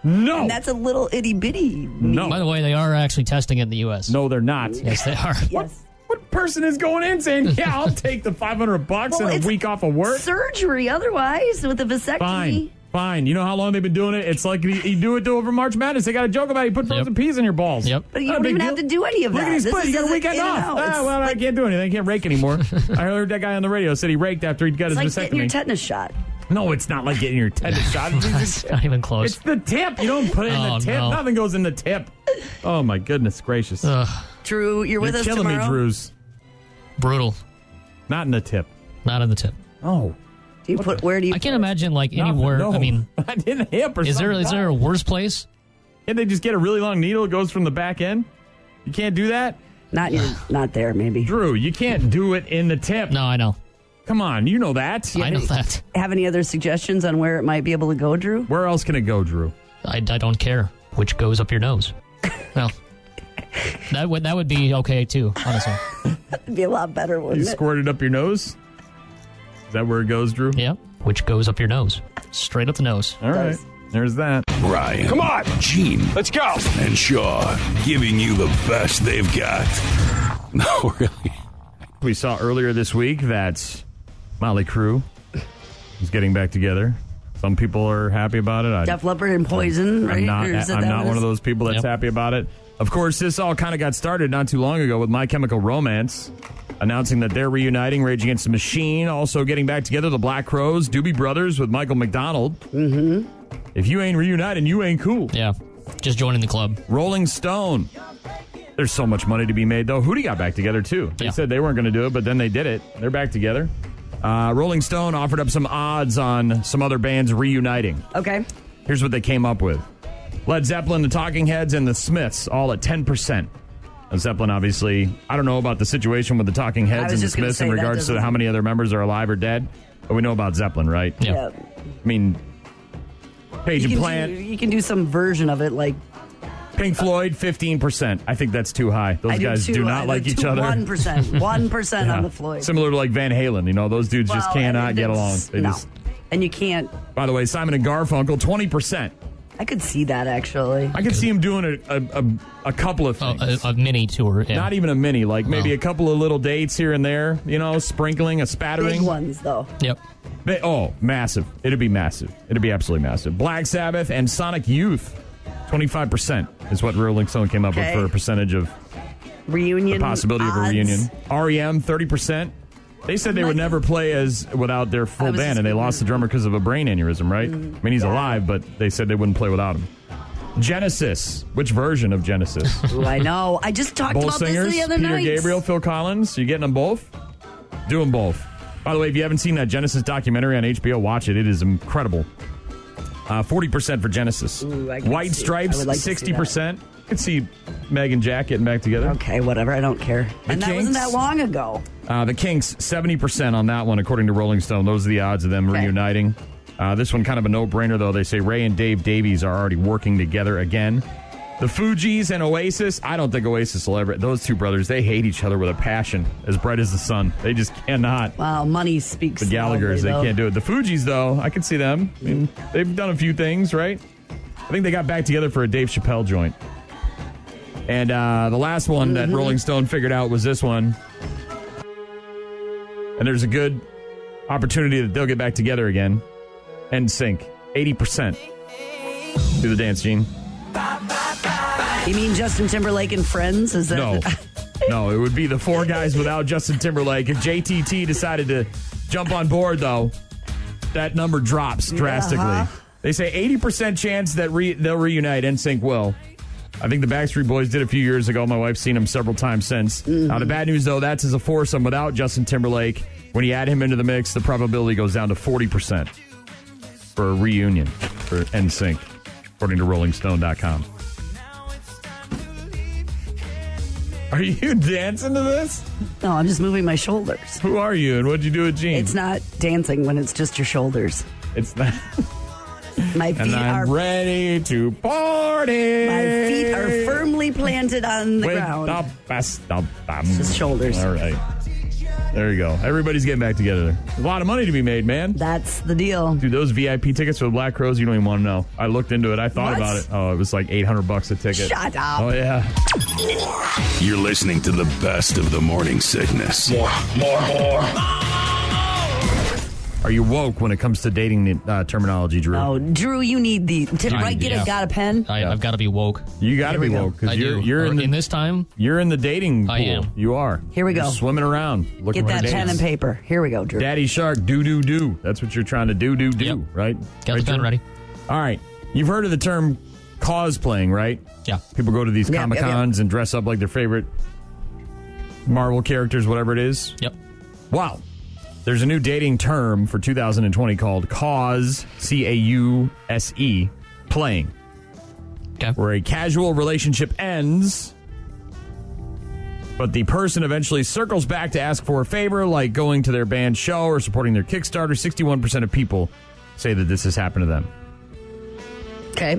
S6: no.
S8: And that's a little itty bitty.
S6: No.
S7: By the way, they are actually testing it in the U.S.
S6: No, they're not.
S7: Yes, they are.
S8: Yes.
S6: What person is going in saying, "Yeah, I'll take the five hundred bucks
S8: Well,
S6: and
S8: it's
S6: a week off of work"?
S8: Surgery otherwise with a vasectomy.
S6: Fine, fine. You know how long they've been doing it? It's like you, you do it to over March Madness. They got a joke about it. You put frozen peas in your balls. Yep.
S8: But you don't even have to do any of
S6: Look
S8: that.
S6: at these
S8: This
S6: plays.
S8: is
S6: You got
S8: as
S6: a
S8: a
S6: weekend
S8: in and
S6: off.
S8: out.
S6: Ah,
S8: It's
S6: well, I can't do anything. I can't rake anymore. I heard that guy on the radio said he raked after he got
S8: It's
S6: his
S8: like
S6: vasectomy.
S8: getting your tetanus shot.
S6: No, it's not like getting your tetanus shot. It's,
S7: not even close.
S6: It's the tip. You don't put it in the
S7: Oh,
S6: tip.
S7: no. Uh,
S6: Nothing goes in the tip. Oh my goodness gracious!
S8: Drew, you're with us
S6: killing
S8: tomorrow.
S6: me, Drews.
S7: Brutal.
S6: Not in the tip.
S7: Not in the tip.
S6: Oh.
S8: Do you put where do you?
S7: I can't imagine like anywhere. I mean,
S6: in the hip or
S7: is there
S6: something.
S7: is there a worse place?
S6: Can't they just get a really long needle? It goes from the back end. You can't do that?
S8: Not your, not there, maybe.
S6: Drew, you can't do it in the tip.
S7: No, I know.
S6: Come on, you know that.
S7: I know that.
S8: Have any other suggestions on where it might be able to go, Drew?
S6: Where else can it go, Drew?
S7: I, I don't care which goes up your nose. well, that would that would be okay too, honestly.
S8: That'd be a lot better,
S6: You
S8: wouldn't it?
S6: squirt it up your nose? Is that where it goes, Drew?
S7: Yeah. Which goes up your nose. Straight up the nose.
S6: All right. There's that.
S4: Ryan.
S7: Come on.
S4: Gene. Let's go. And Shaw giving you the best they've got. No, really.
S6: We saw earlier this week that Molly Crew is getting back together. Some people are happy about it. I,
S8: Def Leppard and Poison, right?
S6: I'm not,
S8: Or is it
S6: I'm
S8: that
S6: not
S8: one
S6: one
S8: is-
S6: of those people that's happy about it. Of course, this all kind of got started not too long ago with My Chemical Romance announcing that they're reuniting Rage Against the Machine, also getting back together the Black Crows, Doobie Brothers with Michael McDonald. Mm-hmm. If you ain't reuniting, you ain't cool.
S7: Yeah. Just joining the club.
S6: Rolling Stone. There's so much money to be made, though. Hootie got back together, too. They said they weren't going to do it, but then they did it. They're back together. Uh, Rolling Stone offered up some odds on some other bands reuniting.
S8: Okay.
S6: Here's what they came up with Led Zeppelin, the Talking Heads, and the Smiths all at 10%. Now, Zeppelin, obviously, I don't know about the situation with the Talking Heads
S8: was
S6: and the
S8: just gonna
S6: Smiths
S8: say
S6: in
S8: that
S6: regards to
S8: doesn't-
S6: how many other members are alive or dead, but we know about Zeppelin, right?
S8: Yeah.
S6: I mean, Page
S8: You
S6: and
S8: can
S6: Plant.
S8: do- you can do some version of it, like
S6: Pink Floyd, fifteen percent. I think that's too high. Those
S8: I
S6: guys
S8: do,
S6: do,
S8: too.
S6: not
S8: I
S6: like
S8: do
S6: each
S8: two-
S6: other.
S8: One percent, one percent on
S6: Yeah.
S8: the Floyd,
S6: Similar to like Van Halen, you know, those dudes just
S8: Well, I
S6: cannot
S8: mean,
S6: get along.
S8: that's-
S6: They
S8: no.
S6: just.
S8: and you can't.
S6: By the way, Simon and Garfunkel, twenty percent.
S8: I could see that actually.
S6: I could see him doing a a, a, a couple of things.
S7: Oh, A, a mini tour. Yeah.
S6: Not e- even a mini, like maybe a couple of little dates here and there. You know, sprinkling, a spattering.
S8: Big ones though.
S7: Yep.
S6: They- oh, massive! It'd be massive. It'd be absolutely massive. Black Sabbath and Sonic Youth, twenty-five percent is what Rolling Stone came up
S8: Okay.
S6: with for a percentage of
S8: Reunion.
S6: the possibility of a
S8: odds.
S6: reunion. REM, thirty percent. They said they would never play as without their
S8: I
S6: full
S8: was
S6: band,
S8: just Mm.
S6: and they lost the drummer because of a brain aneurysm. Right? I mean, he's alive, but they said they wouldn't play without him. Genesis. Which version of Genesis?
S8: Ooh, I know. I just talked
S6: both
S8: about
S6: singers,
S8: this the other
S6: Peter
S8: night.
S6: Gabriel, Phil Collins. You getting them both? Do them both. By the way, if you haven't seen that Genesis documentary on HBO, watch it. It is incredible. Uh, Forty percent for Genesis.
S8: Ooh, I can
S6: White
S8: see- I
S6: Stripes,
S8: would like to see that.
S6: sixty percent. You can see Meg and Jack getting back together.
S8: Okay, whatever. I don't care.
S6: The
S8: and that wasn't that
S6: Kinks?
S8: long ago.
S6: Uh, the Kinks, 70% on that one, according to Rolling Stone. Those are the odds of them reuniting. Uh, this one, kind of a no brainer, though. They say Ray and Dave Davies are already working together again. The Fugees and Oasis, I don't think Oasis will ever. Those two brothers, they hate each other with a passion, as bright as the sun. They just cannot.
S8: Wow, money speaks.
S6: The Gallagher's, they
S8: loudly, though.
S6: can't do it. The Fugees, though, I can see them. I mean, they've done a few things, right? I think they got back together for a Dave Chappelle joint. And uh, the last one that Rolling Stone figured out was this one. And there's a good opportunity that they'll get back together again and sync 80%. Do the dance, Gene.
S8: You mean Justin Timberlake and Friends? Is that
S6: No. no, it would be the four guys without Justin Timberlake. If JTT decided to jump on board, though, that number drops drastically.
S8: Uh-huh.
S6: They say 80% chance that re- they'll reunite. NSYNC will. I think the Backstreet Boys did a few years ago. My wife's seen them several times since. Now, the bad news, though, that's as a foursome without Justin Timberlake. When you add him into the mix, the probability goes down to 40% for a reunion for NSYNC, according to RollingStone.com. Are you dancing to this?
S8: No, I'm just moving my shoulders.
S6: Who are you and what'd you do with Gene?
S8: It's not dancing when it's just your shoulders.
S6: It's not.
S8: My feet
S6: And
S8: are
S6: I'm ready to party.
S8: my feet are firmly planted on the
S6: With
S8: ground.
S6: the best of them.
S8: just shoulders.
S6: All right. There you go. Everybody's getting back together. A lot of money to be made, man.
S8: That's the deal.
S6: Dude, those VIP tickets for the Black Crows, you don't even want to know. I looked into it. I thought
S8: What?
S6: about it. Oh, it was like 800 bucks a ticket.
S8: Shut up.
S6: Oh, yeah.
S4: You're listening to the best of the morning sickness.
S3: More, more.
S6: Are you woke when it comes to dating uh, terminology, Drew?
S8: Oh, Drew, you need the. Did
S7: I
S8: I
S7: need
S8: get
S7: the-
S8: a got a pen?
S7: I, I've got to be woke.
S6: You got to be woke
S7: I
S6: because
S7: do.
S6: you're, you're
S7: Or
S6: in, the,
S7: this time.
S6: you're in the dating pool.
S7: I am.
S6: You are.
S8: Here we
S6: You're
S8: go.
S6: swimming around
S8: Get
S6: looking for
S8: that
S6: dates.
S8: pen and paper. Here we go, Drew.
S6: Daddy Shark, do do do. That's what you're trying to do do do,
S7: Yep.
S6: right?
S7: Got
S6: Right,
S7: the pen
S6: Drew?
S7: ready.
S6: All right. You've heard of the term cosplaying, right?
S7: Yeah.
S6: People go to these
S7: Yep, yep,
S6: Comic
S7: yep.
S6: Cons and dress up like their favorite Marvel characters, whatever it is.
S7: Yep.
S6: Wow. There's a new dating term for 2020 called cause, C A U S E, playing.
S7: Okay.
S6: Where a casual relationship ends But the person eventually circles back to ask for a favor, like going to their band show or supporting their Kickstarter. 61% of people say that this has happened to them.
S8: Okay.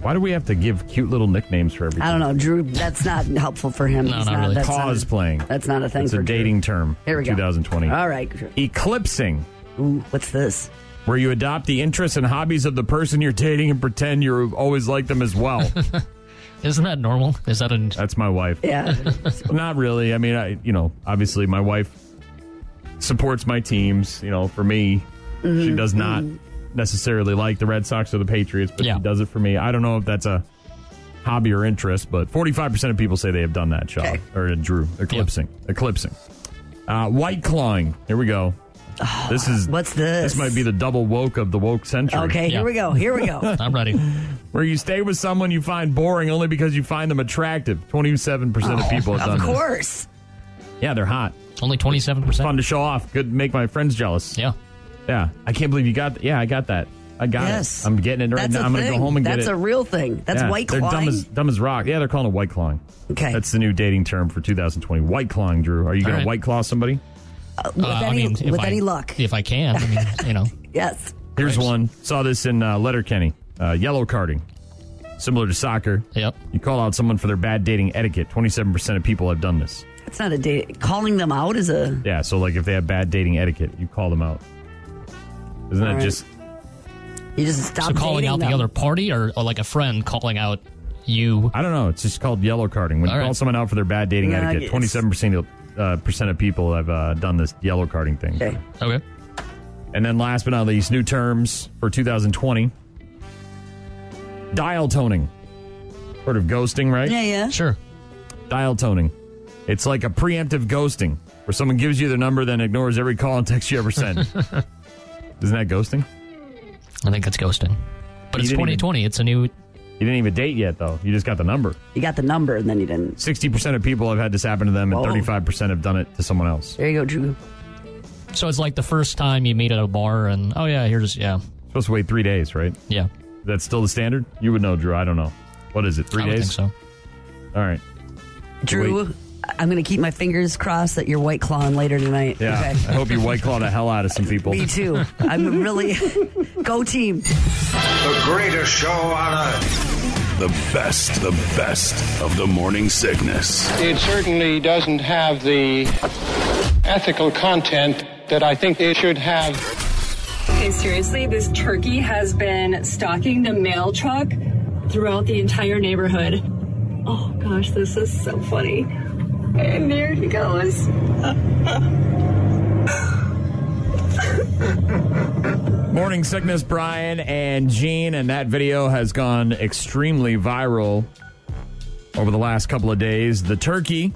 S6: Why do we have to give cute little nicknames for everything?
S8: I don't know, Drew. That's not helpful for him. He's that's not a-
S6: Cosplaying.
S8: that's not a thing
S6: It's
S8: for
S6: a dating term.
S8: Here we
S6: for
S8: go.
S6: 2020.
S8: All right, Drew.
S6: Eclipsing.
S8: Ooh, what's this?
S6: Where you adopt the interests and hobbies of the person you're dating and pretend you've always liked them as well.
S7: Isn't that normal? Is that a
S6: That's my wife.
S8: Yeah.
S6: Not really. I mean, I you know, obviously my wife supports my teams, you know, for me.
S8: Mm-hmm.
S6: She does not necessarily like the Red Sox or the Patriots, but she does it for me. I don't know if that's a hobby or interest, but 45% of people say they have done that, Shaw. Or uh, Drew. Eclipsing. Eclipsing. Uh, white clawing. Here we go. This is
S8: Ah, what's this?
S6: This might be the double woke of the woke century.
S8: Okay, here we go. Here we go.
S7: I'm ready.
S6: Where you stay with someone you find boring only because you find them attractive. Twenty-seven percent of people have
S8: Oh, Of
S6: done this.
S8: course.
S6: Yeah, they're hot.
S7: Only twenty-seven percent.
S6: Fun to show off. Good, make my friends jealous.
S7: Yeah,
S6: yeah. I can't believe you got. th- Yeah, I got that. I got
S8: Yes.
S6: it. I'm getting it right
S8: That's
S6: now.
S8: a
S6: I'm
S8: thing.
S6: gonna go home and
S8: That's
S6: get it.
S8: a real thing. That's
S6: Yeah,
S8: white
S6: They're
S8: clawing.
S6: dumb as dumb as rock. Yeah, they're calling it white clawing.
S8: Okay.
S6: that's the new dating term for 2020. White clawing, Drew. Are you
S7: All
S6: gonna
S7: right.
S6: white claw somebody?
S8: with
S7: Uh, I
S8: any,
S7: mean, if
S8: with
S7: I-
S8: any luck.
S7: if I can, I mean, you know.
S8: Yes.
S6: Here's one. Saw this in uh, Letterkenny. Uh, yellow carding. Similar to soccer.
S7: Yep.
S6: You call out someone for their bad dating etiquette. 27% of people have done this.
S8: That's not a date. Calling them out is a.
S6: Yeah, so like if they have bad dating etiquette, you call them out. Isn't
S8: All
S6: that
S8: right.
S6: just
S8: You just stop
S7: so calling
S8: dating
S7: out
S8: them.
S7: the other party or, or like a friend calling out you.
S6: I don't know. It's just called yellow carding. When
S7: All
S6: you call
S7: right.
S6: someone out for their bad dating
S7: Yeah, I
S6: etiquette,
S7: guess.
S6: 27% of, uh, percent of people have uh, done this yellow carding thing. Okay.
S7: Okay.
S6: And then last but not least, new terms for 2020. Dial toning. Heard of ghosting, right?
S8: Yeah, yeah.
S7: Sure.
S6: Dial toning. It's like a preemptive ghosting where someone gives you their number, then ignores every call and text you ever send. Isn't that ghosting?
S7: I think that's ghosting. But
S6: You
S7: it's
S6: didn't even-
S7: 2020. it's a new. You
S6: didn't even date yet, though. You just got the number.
S8: You got the number, and then you didn't.
S6: Sixty percent of people have had this happen to them, and
S7: Whoa.
S6: thirty-five percent have done it to someone else.
S8: There you go, Drew.
S7: So it's like the first time you meet at a bar and oh yeah, here's yeah.
S6: Supposed to wait three days, right?
S7: Yeah.
S6: That's still the standard. You would know, Drew. I don't know. What is it? Three
S7: I would
S6: days.
S7: think
S6: All right.
S8: Drew,
S6: Wait.
S8: I'm going to keep my fingers crossed that you're white clawing later tonight.
S6: Yeah.
S8: Okay.
S6: I hope you white claw the hell out of some people.
S8: Me too. I'm really. go team.
S3: The greatest show on earth.
S4: The best, the best of the morning sickness.
S9: It certainly doesn't have the ethical content that I think it should have.
S16: Okay, seriously, this turkey has been stalking the mail truck throughout the entire neighborhood. Oh gosh, this is so funny. And there he goes.
S6: Morning sickness, Brian and Gene, and that video has gone extremely viral over the last couple of days. The turkey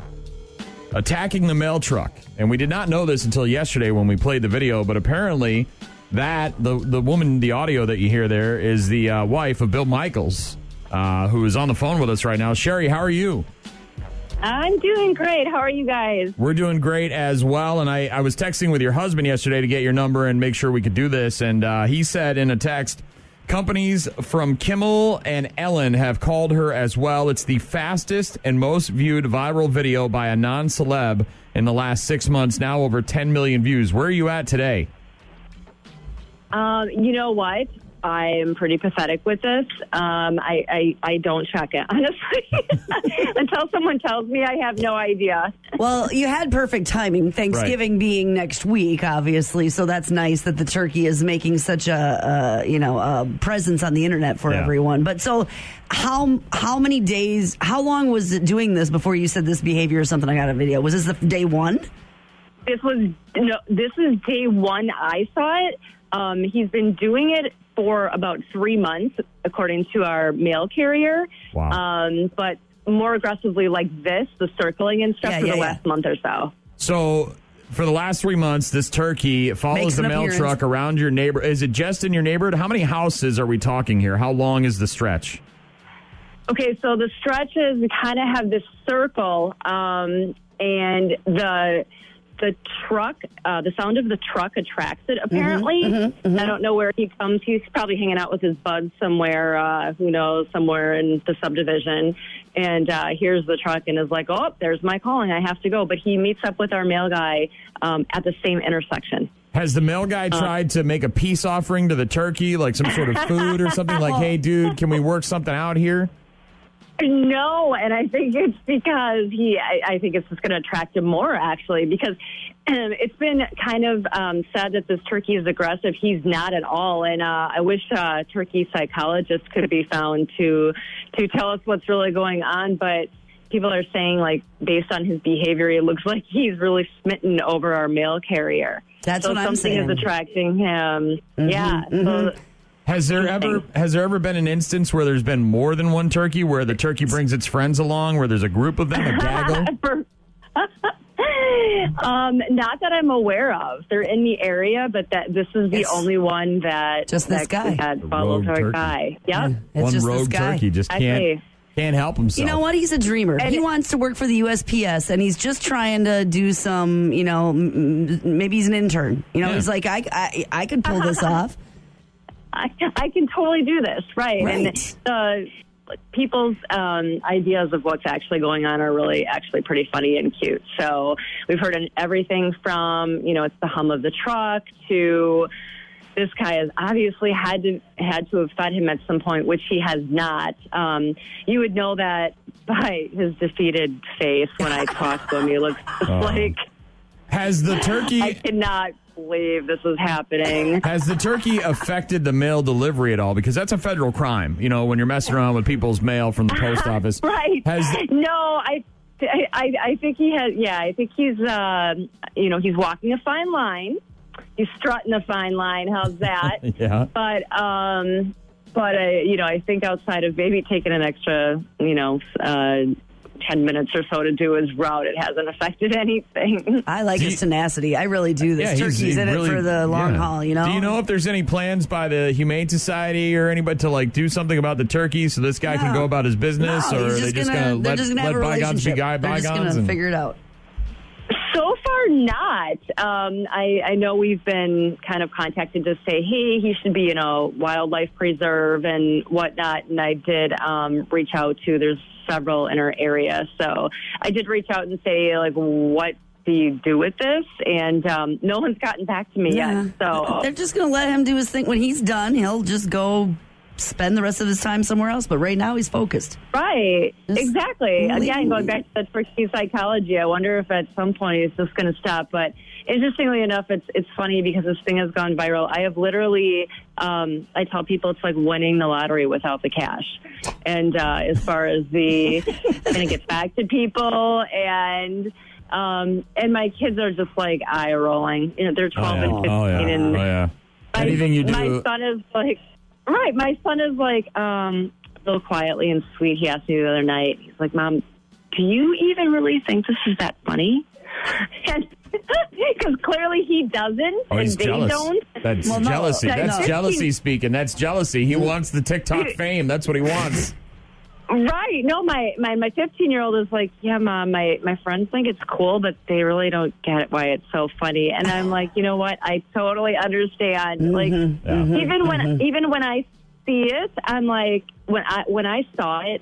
S6: attacking the mail truck, and we did not know this until yesterday when we played the video, but apparently that the the woman, the audio that you hear there is the uh, wife of Bill Michaels, uh, who is on the phone with us right now. Sherry, how are you?
S17: I'm doing great. How are you guys?
S6: We're doing great as well. And I, I was texting with your husband yesterday to get your number and make sure we could do this. And uh, he said in a text, companies from Kimmel and Ellen have called her as well. It's the fastest and most viewed viral video by a non celeb in the last six months, now over 10 million views. Where are you at today?
S17: Um, you know what? I am pretty pathetic with this. Um, I, I, I don't check it, honestly. Until someone tells me, I have no idea.
S8: Well, you had perfect timing. Thanksgiving being next week, obviously, so that's nice that the turkey is making such a, uh you know a presence on the internet for
S6: Yeah.
S8: everyone. But so, how how many days? How long was it doing this before you said this behavior or something? I got a video. Was this the f- day one?
S17: This was no. This is day one. I saw it. Um, he's been doing it for about three months, according to our mail carrier.
S6: Wow.
S17: Um, but more aggressively like this, the circling and stuff
S8: Yeah,
S17: for
S8: yeah,
S17: the
S8: yeah.
S17: last month or so.
S6: So. For the last three months, this turkey follows
S17: Makes
S6: the
S17: an
S6: mail
S17: appearance.
S6: truck around your neighbor. Is it just in your neighborhood? How many houses are we talking here? How long is the stretch?
S17: Okay, so the stretches we kind of have this circle, um, and the the truck, uh, the sound of the truck attracts
S8: Mm-hmm,
S17: it, apparently.
S18: mhm,
S17: I don't know where he comes. He's probably hanging out with his buds somewhere, uh, who knows, somewhere in the subdivision, and uh, hears the truck and is like, oh, there's my calling. I have to go. But he meets up with our male guy um, at the same intersection.
S6: Has the male guy
S8: Uh.
S6: tried to make a peace offering to the turkey, like some sort of food or something? Like, hey, dude, can we work something out here?
S17: No, and I think it's because he. I, I think it's just going to attract him more, actually, because um, it's been kind of um, said that this turkey is aggressive. He's not at all, and uh, I wish uh, turkey psychologists could be found to to tell us what's really going on. But people are saying, like, based on his behavior, it looks like he's really smitten over our mail carrier.
S8: That's
S17: so
S8: what I'm
S17: something
S8: saying.
S17: is attracting him. Yeah. So,
S6: Has there ever has there ever been an instance where there's been more than one turkey, where the turkey brings its friends along, where there's a group of them, a gaggle?
S17: um, not that I'm aware of. They're in the area, but that this is the only one that
S8: Just this
S17: that
S8: guy.
S17: had
S8: The
S17: followed
S6: rogue
S17: our
S6: turkey.
S17: guy. Yep.
S8: It's
S6: one
S8: just this
S6: rogue
S8: guy.
S6: turkey just
S8: I
S6: can't
S8: see.
S6: can't help himself.
S8: You know what? He's a dreamer. he wants to work for the USPS, and he's just trying to do some. You know, m- m- maybe he's an intern. You know,
S6: Yeah.
S8: he's like, I, I, I could pull this off.
S17: I, I can totally do this, right? And uh, people's um, ideas of what's actually going on are really actually pretty funny and cute. So we've heard an- everything from you know it's the hum of the truck to this guy has obviously had to had to have fed him at some point, which he has not. Um, you would know that by his defeated face when I talk to him. He looks
S6: Oh.
S17: like
S6: Has the turkey?
S17: I cannot believe this is happening.
S6: Has the turkey affected the mail delivery at all? Because that's a federal crime, you know, when you're messing around with people's mail from the post office.
S17: Right.
S6: Has
S17: no, I, I, I think he has. Yeah, I think he's, uh, you know, he's walking a fine line. He's strutting a fine line. How's that?
S6: Yeah.
S17: But, um, but uh, you know, I think outside of maybe taking an extra, you know, uh, ten minutes or so to do his route, it hasn't affected anything.
S8: I like his tenacity. I really do. This
S6: Yeah, he's-
S8: turkey's
S6: he
S8: in
S6: really-
S8: it for the long
S6: yeah.
S8: haul. You know.
S6: Do you know if there's any plans by the Humane Society or anybody to like do something about the turkey so this guy can go about his business,
S8: No,
S6: or
S8: he's
S6: are they
S8: just
S6: just
S8: gonna-
S6: gonna
S8: they're
S6: let,
S8: just gonna
S6: let
S8: have a
S6: bygones be
S8: relationship.
S6: guy
S8: They're
S6: bygones?
S8: just gonna
S6: and-
S8: figure it out.
S17: So far, not. Um, I, I know we've been kind of contacted to say, hey, he should be in a wildlife preserve and whatnot. And I did um, reach out to, there's several in our area. So I did reach out and say, like, what do you do with this? And um, no one's gotten back to me yet. So uh,
S8: They're just going to let him do his thing. When he's done, he'll just go spend the rest of his time somewhere else. But right now, he's focused.
S17: Right. exactly.
S8: leave.
S17: Again, going back to that tricky psychology, I wonder if at some point it's just going to stop. But interestingly enough, it's it's funny because this thing has gone viral. I have literally, um, I tell people it's like winning the lottery without the cash. And uh, as far as the going to get back to people and. Um, and my kids are just like eye rolling. You know,
S6: Oh,
S17: they're twelve and fifteen, and
S6: Anything you
S17: my
S6: do,
S17: son is like, right. My son is like, um, so quietly and sweet. He asked me the other night. He's like, "Mom, do you even really think this is that funny?" Because clearly he doesn't,
S6: oh,
S17: and
S6: he's
S17: they
S6: jealous.
S17: don't.
S6: That's jealousy. That's jealousy speaking. That's jealousy.
S8: Mm.
S6: He wants the TikTok fame. That's what he wants.
S17: Right. No, my my my 15 year old is like, yeah, mom. My my friends think it's cool, but they really don't get why it's so funny. And I'm like, you know what? I totally understand.
S6: Mm-hmm.
S17: like,
S8: Mm-hmm.
S18: mhm,
S17: even when even when I see it, I'm like, when I when I saw it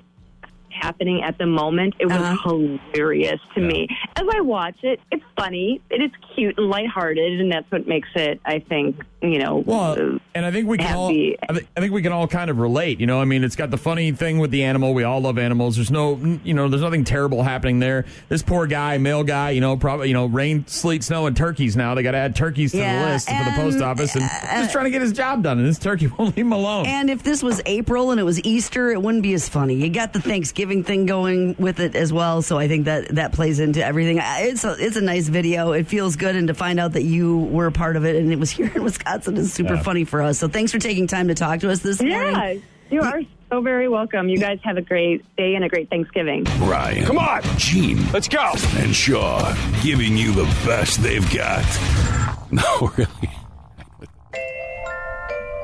S17: happening at the moment, it was
S18: Uh-huh.
S17: hilarious to me. As I watch it, it's funny. It is cute and lighthearted, and that's what makes it, I think, you know, uh,
S6: Well, and I think we can all,
S17: happy.
S6: I, thi- I think we can all kind of relate. You know, I mean, it's got the funny thing with the animal. We all love animals. There's no, you know, there's nothing terrible happening there. This poor guy, male guy, you know, probably, you know, rain, sleet, snow, and turkeys. Now they got to add turkeys to
S8: Yeah,
S6: the list for the post office, and just trying to get his job done. And this turkey won't leave him alone.
S8: And if this was April and it was Easter, it wouldn't be as funny. You got the Thanksgiving thing going with it as well, so I think that that plays into everything. I- It's a, it's a nice video. It feels good, and to find out that you were a part of it and it was here in Wisconsin is super
S17: Yeah.
S8: funny for us. So thanks for taking time to talk to us this morning.
S17: Yeah, you are so very welcome. You guys have a great day and a great Thanksgiving.
S4: Ryan. Come on. Gene. Let's go. And Shaw giving you the best they've got. No, really.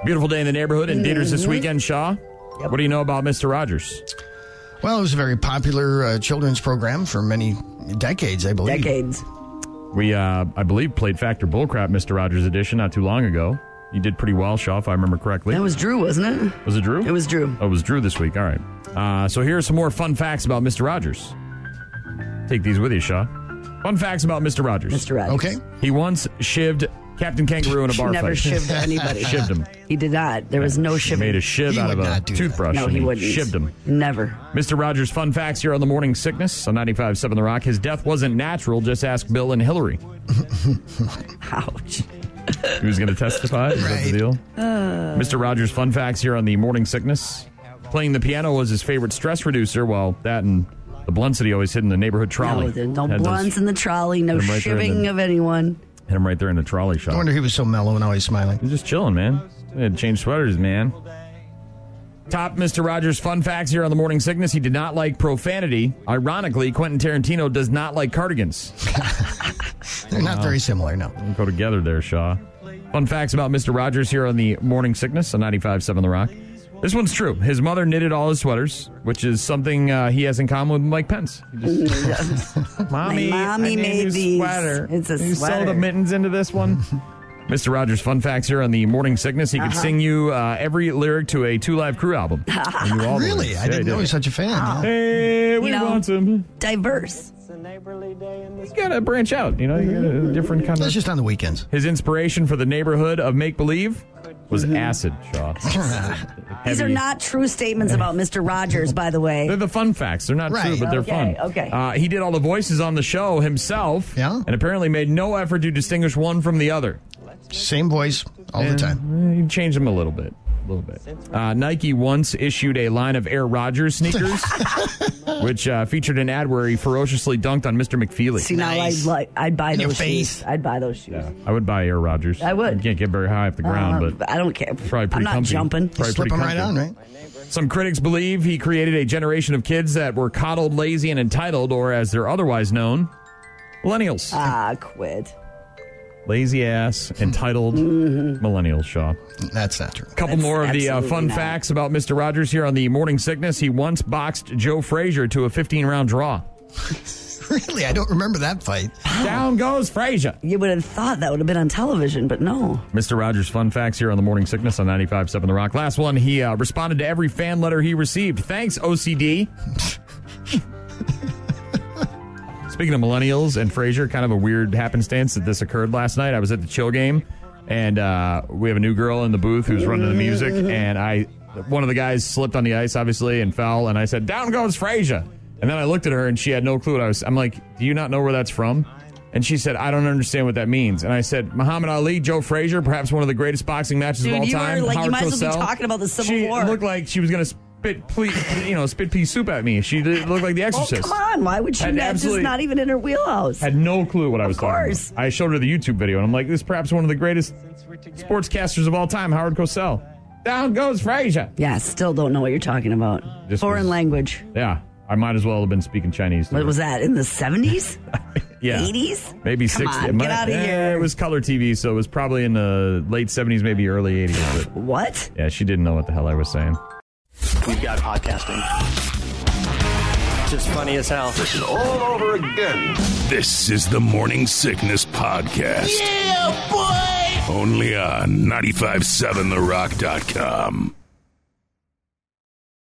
S6: Beautiful day in the neighborhood in theaters this
S19: Mhm.
S6: weekend. Shaw, what do you know about Mister Rogers?
S19: Well, it was a very popular uh, children's program for many decades, I believe. Decades.
S6: We, uh, I believe, played Factor Bullcrap, Mr. Rogers edition, not too long ago. You did pretty well, Shaw, if I remember correctly.
S8: That was Drew, wasn't it?
S6: Was it Drew? It
S8: was Drew.
S6: Oh, it was Drew this week. All right. Uh, so here are some more fun facts about Mr. Rogers. Take these with you, Shaw. Fun facts about Mr. Rogers.
S8: Mr. Rogers. Okay.
S6: He once shivved Captain Kangaroo in a bar
S8: Never
S6: fight.
S8: shivved anybody.
S6: shivved him.
S8: He did not. There was no shivving.
S6: Made a shiv out of a toothbrush.
S8: No,
S6: and
S8: he wouldn't.
S6: Shivved him.
S8: Never.
S6: Mr. Rogers, fun facts here on the morning sickness on 95.7 The Rock. His death wasn't natural. Just ask Bill and Hillary.
S8: Ouch.
S6: Who's going to testify? Is that the deal?
S8: Uh,
S6: Mr. Rogers, fun facts here on the morning sickness. Playing the piano was his favorite stress reducer. Well, that and the blunts that he always hid in the neighborhood trolley.
S8: No, there- no
S6: Had those-
S8: blunts in the trolley, no
S6: Had them right there in
S8: shivving
S6: the-
S8: of anyone.
S6: Hit him right there in the trolley shop.
S18: I wonder he was so mellow and always smiling.
S6: He's just chilling, man. They had to change sweaters, man. Top Mr. Rogers fun facts here on the morning sickness. He did not like profanity. Ironically, Quentin Tarantino does not like cardigans.
S18: They're not very similar, no.
S6: Go together there, Shaw. Fun facts about Mr. Rogers here on the morning sickness on 95.7 The Rock. This one's true. His mother knitted all his sweaters, which is something uh, he has in common with Mike Pence. He just- mommy,
S8: My mommy
S6: I need a
S8: made
S6: new
S8: these.
S6: Sweater.
S8: It's a
S6: you
S8: sweater."
S6: Sew the mittens into this one. Mr. Rogers, fun facts here on the morning sickness. He could
S18: Uh-huh.
S6: sing you uh, every lyric to a Two Live Crew album. He knew all the
S18: Really?
S6: lyrics.
S18: I
S6: Yeah,
S18: didn't
S6: he
S18: know
S6: did.
S18: he's such a fan.
S6: Hey, we
S8: You know,
S6: want some.
S8: Diverse.
S6: You gotta branch out. You know, you got a different kind of. That's
S18: just on the weekends.
S6: His inspiration for the neighborhood of make believe was
S18: Mm-hmm.
S6: acid, Shaw.
S8: These are
S6: Heavy-
S8: not true statements about Mr. Rogers, by the way. They're
S6: the fun facts. They're not true, but they're
S8: okay,
S6: fun.
S8: Okay.
S6: Uh, he did all the voices on the show himself. Yeah. And apparently made no effort to distinguish one from the other.
S18: Same voice all the
S6: time. He changed them a little bit. A little bit. Uh, Nike once issued a line of Air Rogers sneakers, which uh, featured an ad where he ferociously dunked on Mr. McFeely.
S8: See, now I'd, like, I'd buy
S18: In your
S8: those shoes. I'd buy those shoes.
S6: I would buy Air Rogers. I would. You can't get very high off the ground,
S8: Uh,
S6: but
S8: I don't care.
S6: Probably pretty
S8: I'm not
S6: comfy.
S8: jumping.
S6: Probably
S8: Slip
S6: pretty
S8: 'em right
S6: comfy.
S8: on,
S6: Some critics believe he created a generation of kids that were coddled, lazy, and entitled, or as they're otherwise known, millennials.
S8: Ah, quit.
S6: Lazy ass, entitled millennials, Shaw.
S18: Mm-hmm. That's not true.
S6: Couple more of the uh,
S18: absolutely
S6: fun
S18: not.
S6: facts about Mr. Rogers here on the morning sickness. He once boxed Joe Frazier to a 15 round draw.
S18: really? I don't remember that fight.
S6: Down goes Frazier.
S8: You would have thought that would have been on television, but no.
S6: Mr. Rogers' fun facts here on the Morning Sickness on 95.7 The Rock. Last one, he uh, responded to every fan letter he received. Thanks, OCD. Speaking of millennials and Frasier, kind of a weird happenstance that this occurred last night. I was at the chill game, and uh, we have a new girl in the booth who's running the music, and I, one of the guys slipped on the ice, obviously, and fell, and I said, "Down goes Frasier," and then I looked at her, and she had no clue what I was. I'm like, "Do you not know where that's from?" And she said, "I don't understand what that means." And I said, "Muhammad Ali, Joe Frazier, perhaps one of the greatest boxing matches
S8: Dude,
S6: of all
S8: you
S6: time."
S8: are like, you
S6: Howard
S8: might as well
S6: Cosell."
S8: be talking about the Civil
S6: she
S8: War.
S6: looked like she was going to spit, ple- you know, spit pea soup at me. She did- looked like The
S8: Oh,
S6: Exorcist.
S8: come on. Why would she
S6: Had
S8: not? Just
S6: absolutely-
S8: not even in her wheelhouse.
S6: Had no clue what I was
S8: course.
S6: talking about. I showed her the YouTube video, and I'm like, this is perhaps one of the greatest sportscasters of all time, Howard Cosell. Down goes Frasier.
S8: Yeah, still don't know what you're talking about.
S6: This
S8: Foreign
S6: was-
S8: language.
S6: Yeah, I might as well have been speaking Chinese. to
S8: What
S6: her.
S8: was that in the 70s?
S6: Yeah.
S8: 80s?
S6: Maybe
S8: Come
S6: 60.
S8: on,
S6: It might-
S8: get outta
S6: eh,
S8: here.
S6: It was color TV, so it was probably in the late 70s, maybe early 80s. But
S8: what?
S6: Yeah, she didn't know what the hell I was saying.
S2: We've got podcasting. Just funny as hell. This is all over again.
S4: This is the Morning Sickness Podcast.
S2: Yeah, boy!
S4: Only on 957therock.com.